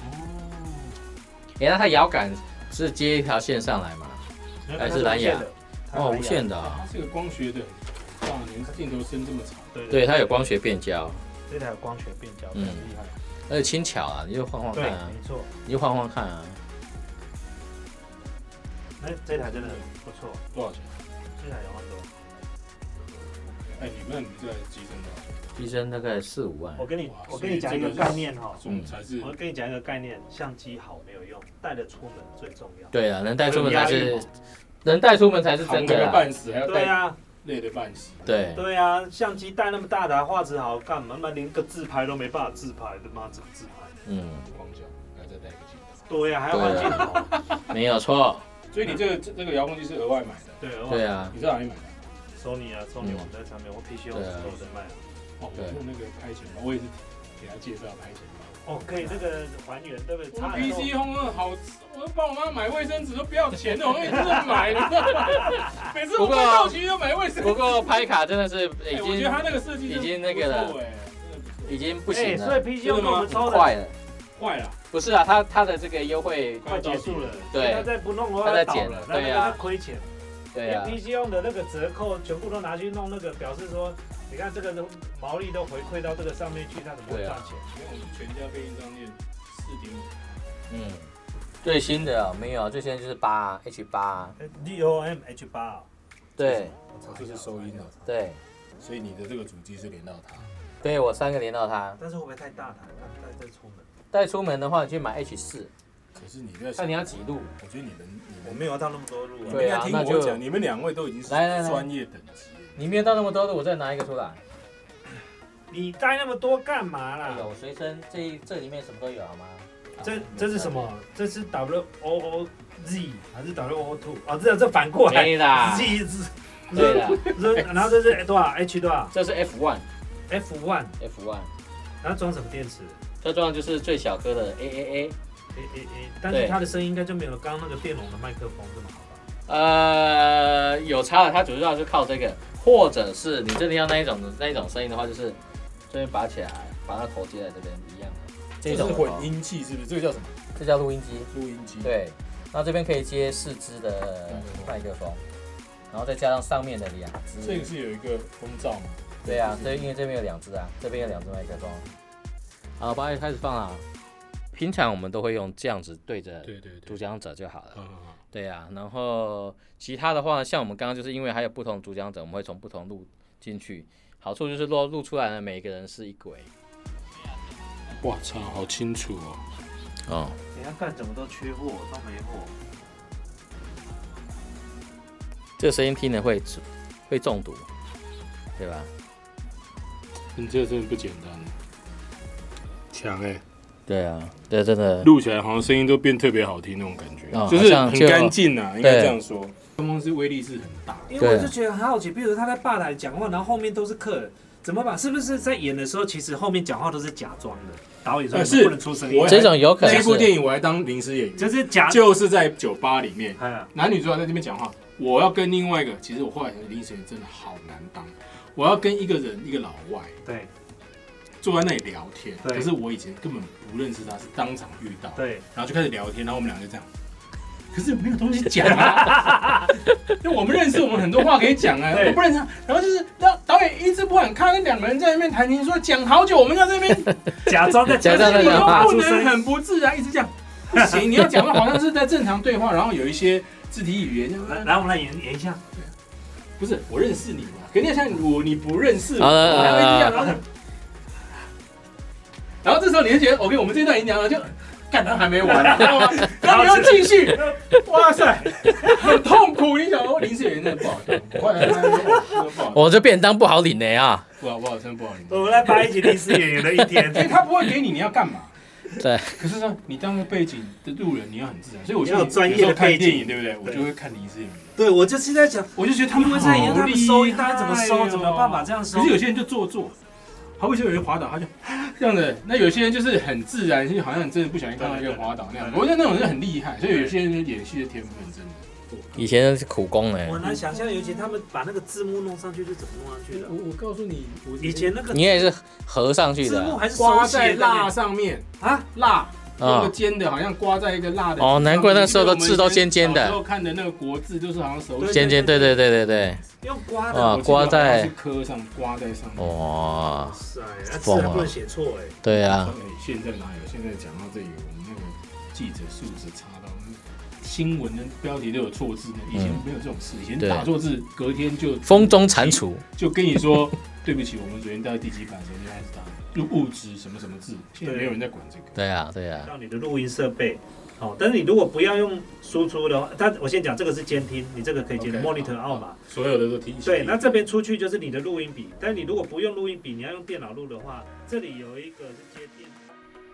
[SPEAKER 3] 哦。
[SPEAKER 1] 哎、那它遥感是接一条线上来嘛？
[SPEAKER 2] 没有
[SPEAKER 1] 还是蓝牙
[SPEAKER 2] 它
[SPEAKER 1] 哦，
[SPEAKER 2] 无线的，它蓝牙
[SPEAKER 1] 无线的啊、
[SPEAKER 3] 它这个光学的，哇，你连镜头伸这么长，
[SPEAKER 2] 对
[SPEAKER 1] 对，嗯它有光学变焦，
[SPEAKER 2] 这台有光学变焦，非常厉害。
[SPEAKER 1] 而且轻巧啊，你就晃晃
[SPEAKER 2] 对，
[SPEAKER 1] 看啊，
[SPEAKER 2] 没错，
[SPEAKER 1] 你就晃晃看啊，
[SPEAKER 2] 哎，这台真的很不错，
[SPEAKER 3] 多少钱？
[SPEAKER 2] 这台两万多。
[SPEAKER 3] 哎，你们你这机身多少钱？
[SPEAKER 1] 机身大概四五万
[SPEAKER 2] 我，跟你
[SPEAKER 3] 哇，
[SPEAKER 2] 我跟你讲一个概念哈，
[SPEAKER 3] 这
[SPEAKER 1] 嗯
[SPEAKER 3] 种才是
[SPEAKER 2] 我跟你讲一个概念，相机好没有用，带得出门最重要。
[SPEAKER 1] 对啊，能带出门
[SPEAKER 2] 有压
[SPEAKER 1] 才
[SPEAKER 2] 力
[SPEAKER 1] 是
[SPEAKER 2] 吗
[SPEAKER 1] 能带出门才是真
[SPEAKER 3] 扛
[SPEAKER 1] 的
[SPEAKER 3] 个
[SPEAKER 1] 啊，
[SPEAKER 3] 半死，还要
[SPEAKER 2] 对
[SPEAKER 3] 带
[SPEAKER 2] 呀，
[SPEAKER 3] 累的半死。
[SPEAKER 1] 对，
[SPEAKER 2] 对呀，相机带那么大台，画质好干嘛？妈连个自拍都没办法自拍，他妈怎么自拍？
[SPEAKER 1] 嗯，
[SPEAKER 3] 光脚，然后再带一个镜头。
[SPEAKER 2] 对啊呀，还要换镜头。
[SPEAKER 1] 没有错，
[SPEAKER 3] 所以你这个
[SPEAKER 1] 嗯
[SPEAKER 3] 这这个遥控器是额外买的，
[SPEAKER 2] 对，额外
[SPEAKER 1] 对啊，嗯
[SPEAKER 3] 你在哪里买的？
[SPEAKER 2] 索尼啊，索尼网站上面，我 PC 用
[SPEAKER 1] 对啊
[SPEAKER 2] 都有在卖。
[SPEAKER 3] 哦，
[SPEAKER 1] 对
[SPEAKER 3] 用那个拍钱包，我也是给他介绍拍钱包。
[SPEAKER 2] 哦，可以这个还原，对不对？
[SPEAKER 3] 我
[SPEAKER 2] 差
[SPEAKER 3] PC 轰二好，我帮我妈买卫生纸都不要钱的，我一直 买，你知道吗？每次我快到期就买卫生纸。
[SPEAKER 1] 不过拍卡真的是已
[SPEAKER 3] 哎我觉得
[SPEAKER 1] 经
[SPEAKER 3] 他那个设计真的
[SPEAKER 1] 已经那个了
[SPEAKER 3] 不错哎真的不错
[SPEAKER 1] 已经不
[SPEAKER 2] 哎，
[SPEAKER 1] 行啊
[SPEAKER 2] 所以
[SPEAKER 1] 了，
[SPEAKER 2] PC 用跟我们
[SPEAKER 1] 很
[SPEAKER 2] 抽的
[SPEAKER 1] 快了，
[SPEAKER 3] 坏了，
[SPEAKER 1] 不是啊，它它的这个优惠，
[SPEAKER 2] 快结束了，
[SPEAKER 1] 对
[SPEAKER 2] 他再不弄的话
[SPEAKER 1] 他在
[SPEAKER 2] 倒
[SPEAKER 1] 剪
[SPEAKER 2] 了
[SPEAKER 1] 了，
[SPEAKER 2] 那
[SPEAKER 1] 对
[SPEAKER 2] 他
[SPEAKER 1] 啊
[SPEAKER 2] 亏钱。
[SPEAKER 1] 对
[SPEAKER 2] 连
[SPEAKER 1] 啊，
[SPEAKER 2] PC 用的那个折扣全部都拿去弄那个，表示说，你看这个都毛利都回馈到这个上面去，它怎么会
[SPEAKER 1] 对啊
[SPEAKER 2] 赚钱？
[SPEAKER 3] 因为我们全家便利商店四点五，
[SPEAKER 1] 嗯，最新的啊没有，最新的就是八啊 H 八，
[SPEAKER 2] 哎 D O M H 八，啊
[SPEAKER 1] 对
[SPEAKER 3] 这是收音的，
[SPEAKER 1] 对
[SPEAKER 3] 所以你的这个主机是连到它。
[SPEAKER 1] 对，我三个连到它，
[SPEAKER 2] 但是会不会太大台？那带这出门，
[SPEAKER 1] 带出门的话，你去买 H 四，
[SPEAKER 3] 可是你在
[SPEAKER 1] 看你要几路，
[SPEAKER 3] 我觉得你们你
[SPEAKER 2] 我
[SPEAKER 3] 们
[SPEAKER 2] 没有到那么多路
[SPEAKER 3] 你
[SPEAKER 2] 啊。
[SPEAKER 3] 们
[SPEAKER 1] 对
[SPEAKER 3] 应
[SPEAKER 1] 啊
[SPEAKER 3] 该听
[SPEAKER 1] 那
[SPEAKER 3] 我
[SPEAKER 1] 就
[SPEAKER 3] 讲，你们两位都已经是
[SPEAKER 1] 来来来
[SPEAKER 3] 专业等级了。
[SPEAKER 1] 你没有到那么多路，我再拿一个出来。
[SPEAKER 2] 你带那么多干嘛
[SPEAKER 1] 哎呦，
[SPEAKER 2] 啦？
[SPEAKER 1] 我随身这一这里面什么都有好吗？
[SPEAKER 2] 啊这这是什么？这是 W O O Z 还是 W O O Two？啊，这这反过来
[SPEAKER 1] 没 啦，
[SPEAKER 2] ，Z 是
[SPEAKER 1] 对啦，
[SPEAKER 2] 这然后这是多少 H 多少
[SPEAKER 1] 这是 F one
[SPEAKER 2] F one，
[SPEAKER 1] F one，
[SPEAKER 2] 然后装什么电池
[SPEAKER 1] 这装的就是最小颗的 A A A，
[SPEAKER 2] ？A A A，但是
[SPEAKER 1] 对
[SPEAKER 2] 它的声音应该就没有刚刚那个电容的麦克风这么好吧？
[SPEAKER 1] 呃，有差的，它主要是靠这个，或者是你真的要那一种那一种声音的话，就是这边拔起来，把它头接在这边一样的，这
[SPEAKER 3] 这是
[SPEAKER 1] 种的
[SPEAKER 3] 混
[SPEAKER 1] 哦，
[SPEAKER 3] 音器是不是？这个叫什么？
[SPEAKER 1] 这叫录音机，
[SPEAKER 3] 录音机。，
[SPEAKER 1] 对，那这边可以接四支的麦克风，然后再加上上面的两
[SPEAKER 3] 这个
[SPEAKER 1] 支，
[SPEAKER 3] 是有一个风罩嘛？
[SPEAKER 1] 对啊，
[SPEAKER 3] 就
[SPEAKER 1] 这
[SPEAKER 3] 是
[SPEAKER 1] 因为这边有两支啊，这边有两支麦克风。好，八月开始放了。平常我们都会用这样子对着
[SPEAKER 3] 对对对
[SPEAKER 1] 主，讲者就好了。
[SPEAKER 3] 嗯，
[SPEAKER 1] 对啊，然后其他的话，像我们刚刚就是因为还有不同主讲者，我们会从不同路进去。好处就是录录出来呢，每一个人是一轨。
[SPEAKER 3] 哇操，好清楚哦！
[SPEAKER 1] 哦，
[SPEAKER 2] 你看看怎么都缺货，都没货。
[SPEAKER 1] 这个声音听了会会中毒，对吧？
[SPEAKER 3] 你这个真的不简单，强哎、
[SPEAKER 1] 对啊，对，真的。
[SPEAKER 3] 录起来好像声音都变特别好听那种感觉，
[SPEAKER 1] 哦
[SPEAKER 3] 就是
[SPEAKER 1] 好像
[SPEAKER 3] 很
[SPEAKER 1] 就
[SPEAKER 3] 干净啊，应该这样说。东风是威力是很大，
[SPEAKER 2] 因为
[SPEAKER 1] 对
[SPEAKER 2] 我就觉得很好奇，比如他在吧台讲话，然后后面都是客人，怎么把？是不是在演的时候，其实后面讲话都是假装的？导演说
[SPEAKER 1] 哎
[SPEAKER 3] 呃
[SPEAKER 2] 你们
[SPEAKER 3] 是
[SPEAKER 2] 不能出声音
[SPEAKER 3] 我，
[SPEAKER 1] 这种有可能
[SPEAKER 3] 这部
[SPEAKER 1] 是
[SPEAKER 3] 电影我还当临时演员，
[SPEAKER 2] 就是假。
[SPEAKER 3] 就是在酒吧里面，
[SPEAKER 2] 哎呀，
[SPEAKER 3] 男女主角在这边讲话，我要跟另外一个，其实我后来想临时演员真的好难当，我要跟一个人一个老外
[SPEAKER 2] 对
[SPEAKER 3] 坐在那里聊天，
[SPEAKER 2] 对
[SPEAKER 3] 可是我以前根本不认识他，是当场遇到，
[SPEAKER 2] 对，
[SPEAKER 3] 然后就开始聊天，然后我们俩就这样。可是没有东西讲啊， 因为我们认识，我们很多话可以讲啊，
[SPEAKER 2] 对
[SPEAKER 3] 我不认识他。然后就是让导演一直不敢看，跟两个人在那边谈情说讲好久，我们在这边，
[SPEAKER 2] 假装在
[SPEAKER 1] 假装在
[SPEAKER 3] 你
[SPEAKER 1] 讲话
[SPEAKER 3] 都
[SPEAKER 2] 出
[SPEAKER 3] 不
[SPEAKER 2] 声
[SPEAKER 3] 能
[SPEAKER 2] 音。
[SPEAKER 3] 很不自然，一直这样。不行，你要讲的好像是在正常对话，然后有一些肢体语言，就啊
[SPEAKER 2] 来，来我们来演演一下。
[SPEAKER 3] 不是我认识你嘛？可是你像我，你不认识我，
[SPEAKER 1] 好了
[SPEAKER 3] 我还会这样。
[SPEAKER 1] 好
[SPEAKER 3] 然后然后这时候你就觉得，OK，我们这段已经讲了，就干，他还没完，你知道吗？然后你要继续，哇塞，很痛苦。你想说临时演员真的不好听，我后来发现真的不好听，
[SPEAKER 1] 我这便当不好领呢啊！
[SPEAKER 3] 不好不好，真的不好听。
[SPEAKER 2] 我们来拍一集历史演员的一天
[SPEAKER 3] 因。为他不会给你你要干嘛？
[SPEAKER 1] 对。
[SPEAKER 3] 可是呢，你当个背景的路人，你要很自然。所以我觉
[SPEAKER 2] 你
[SPEAKER 3] 得
[SPEAKER 2] 要有专业的
[SPEAKER 3] 有时候看
[SPEAKER 2] 背景
[SPEAKER 3] 电影，对不对？我
[SPEAKER 2] 对
[SPEAKER 3] 就会看临时演员，
[SPEAKER 2] 对，我就是在想，
[SPEAKER 3] 我就觉得他们
[SPEAKER 2] 因为在演
[SPEAKER 3] 好
[SPEAKER 2] 他们收音，
[SPEAKER 3] 厉
[SPEAKER 2] 大家怎么收，
[SPEAKER 3] 害
[SPEAKER 2] 怎么
[SPEAKER 3] 哦
[SPEAKER 2] 办法这样收
[SPEAKER 1] 哎
[SPEAKER 3] 可是？有些人就做作，好比说有人滑倒，他就这样的；那有些人就是很自然，就好像你真的不小心看到一个人滑倒那样。我觉得那种人很厉害，所以有些人就演戏的天分真的。
[SPEAKER 1] 以前是苦工
[SPEAKER 2] 我
[SPEAKER 1] 呢，
[SPEAKER 2] 难想象，尤其他们把那个字幕弄上去是怎么弄上去的。
[SPEAKER 3] 我我告诉你，我
[SPEAKER 2] 以前那个
[SPEAKER 1] 嗯你也是合上去
[SPEAKER 2] 字幕
[SPEAKER 1] 的，
[SPEAKER 2] 还是手
[SPEAKER 3] 刮
[SPEAKER 2] 写
[SPEAKER 3] 在
[SPEAKER 2] 的
[SPEAKER 3] 蜡
[SPEAKER 2] 呢
[SPEAKER 3] 上面，
[SPEAKER 2] 啊，
[SPEAKER 3] 蜡有
[SPEAKER 1] 啊
[SPEAKER 3] 个尖的，好像刮在一个辣的。
[SPEAKER 1] 哦难怪那时候的字都尖尖的
[SPEAKER 3] 小时候看的那个国字就是好像手指
[SPEAKER 1] 啊尖尖，对对对对对，
[SPEAKER 2] 用刮的，
[SPEAKER 1] 哇
[SPEAKER 3] 我记得
[SPEAKER 1] 刮在
[SPEAKER 3] 好像是科上，刮在上面。
[SPEAKER 1] 哇，
[SPEAKER 2] 塞，那字
[SPEAKER 1] 疯
[SPEAKER 2] 还不
[SPEAKER 1] 了
[SPEAKER 2] 能写错哎。
[SPEAKER 1] 对
[SPEAKER 3] 哎
[SPEAKER 1] 啊，，
[SPEAKER 3] 现在哪有？现在讲到这里，我们那个记者素质差到那个新闻的标题都有错字呢。以前
[SPEAKER 1] 嗯
[SPEAKER 3] 没有这种事，以前
[SPEAKER 1] 对
[SPEAKER 3] 打错字隔天就
[SPEAKER 1] 风中蟾蜍，
[SPEAKER 3] 就跟你说对不起，我们昨天到第几版，昨天开始打入物质什么什么字，现在没有人在管这个。
[SPEAKER 1] 对啊对啊，
[SPEAKER 5] 到你的录音设备。好，但是你如果不要用输出的话，但我先讲这个是监听，你这个可以监听
[SPEAKER 3] OK，
[SPEAKER 5] monitor
[SPEAKER 3] 好
[SPEAKER 5] 号码。
[SPEAKER 3] 所有的都提醒。
[SPEAKER 5] 对，那这边出去就是你的录音笔，但你如果不用录音笔，你要用电脑录的话，这里有一个是接电。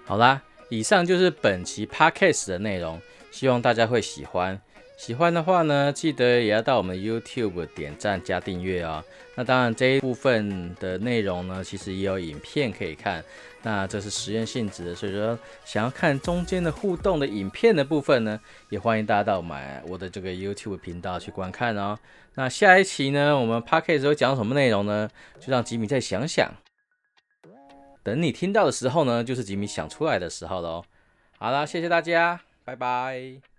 [SPEAKER 1] 好啦，以上就是本期 podcast 的内容，希望大家会喜欢。喜欢的话呢，记得也要到我们 YouTube 点赞加订阅啊。那当然，这一部分的内容呢，其实也有影片可以看。那这是实验性质的，所以说想要看中间的互动的影片的部分呢，也欢迎大家到买我的这个 YouTube 频道去观看哦。那下一期呢，我们 podcast 会讲什么内容呢？就让吉米再想想。等哦你听到的时候呢，就是吉米想出来的时候喽。好啦，谢谢大家，拜拜。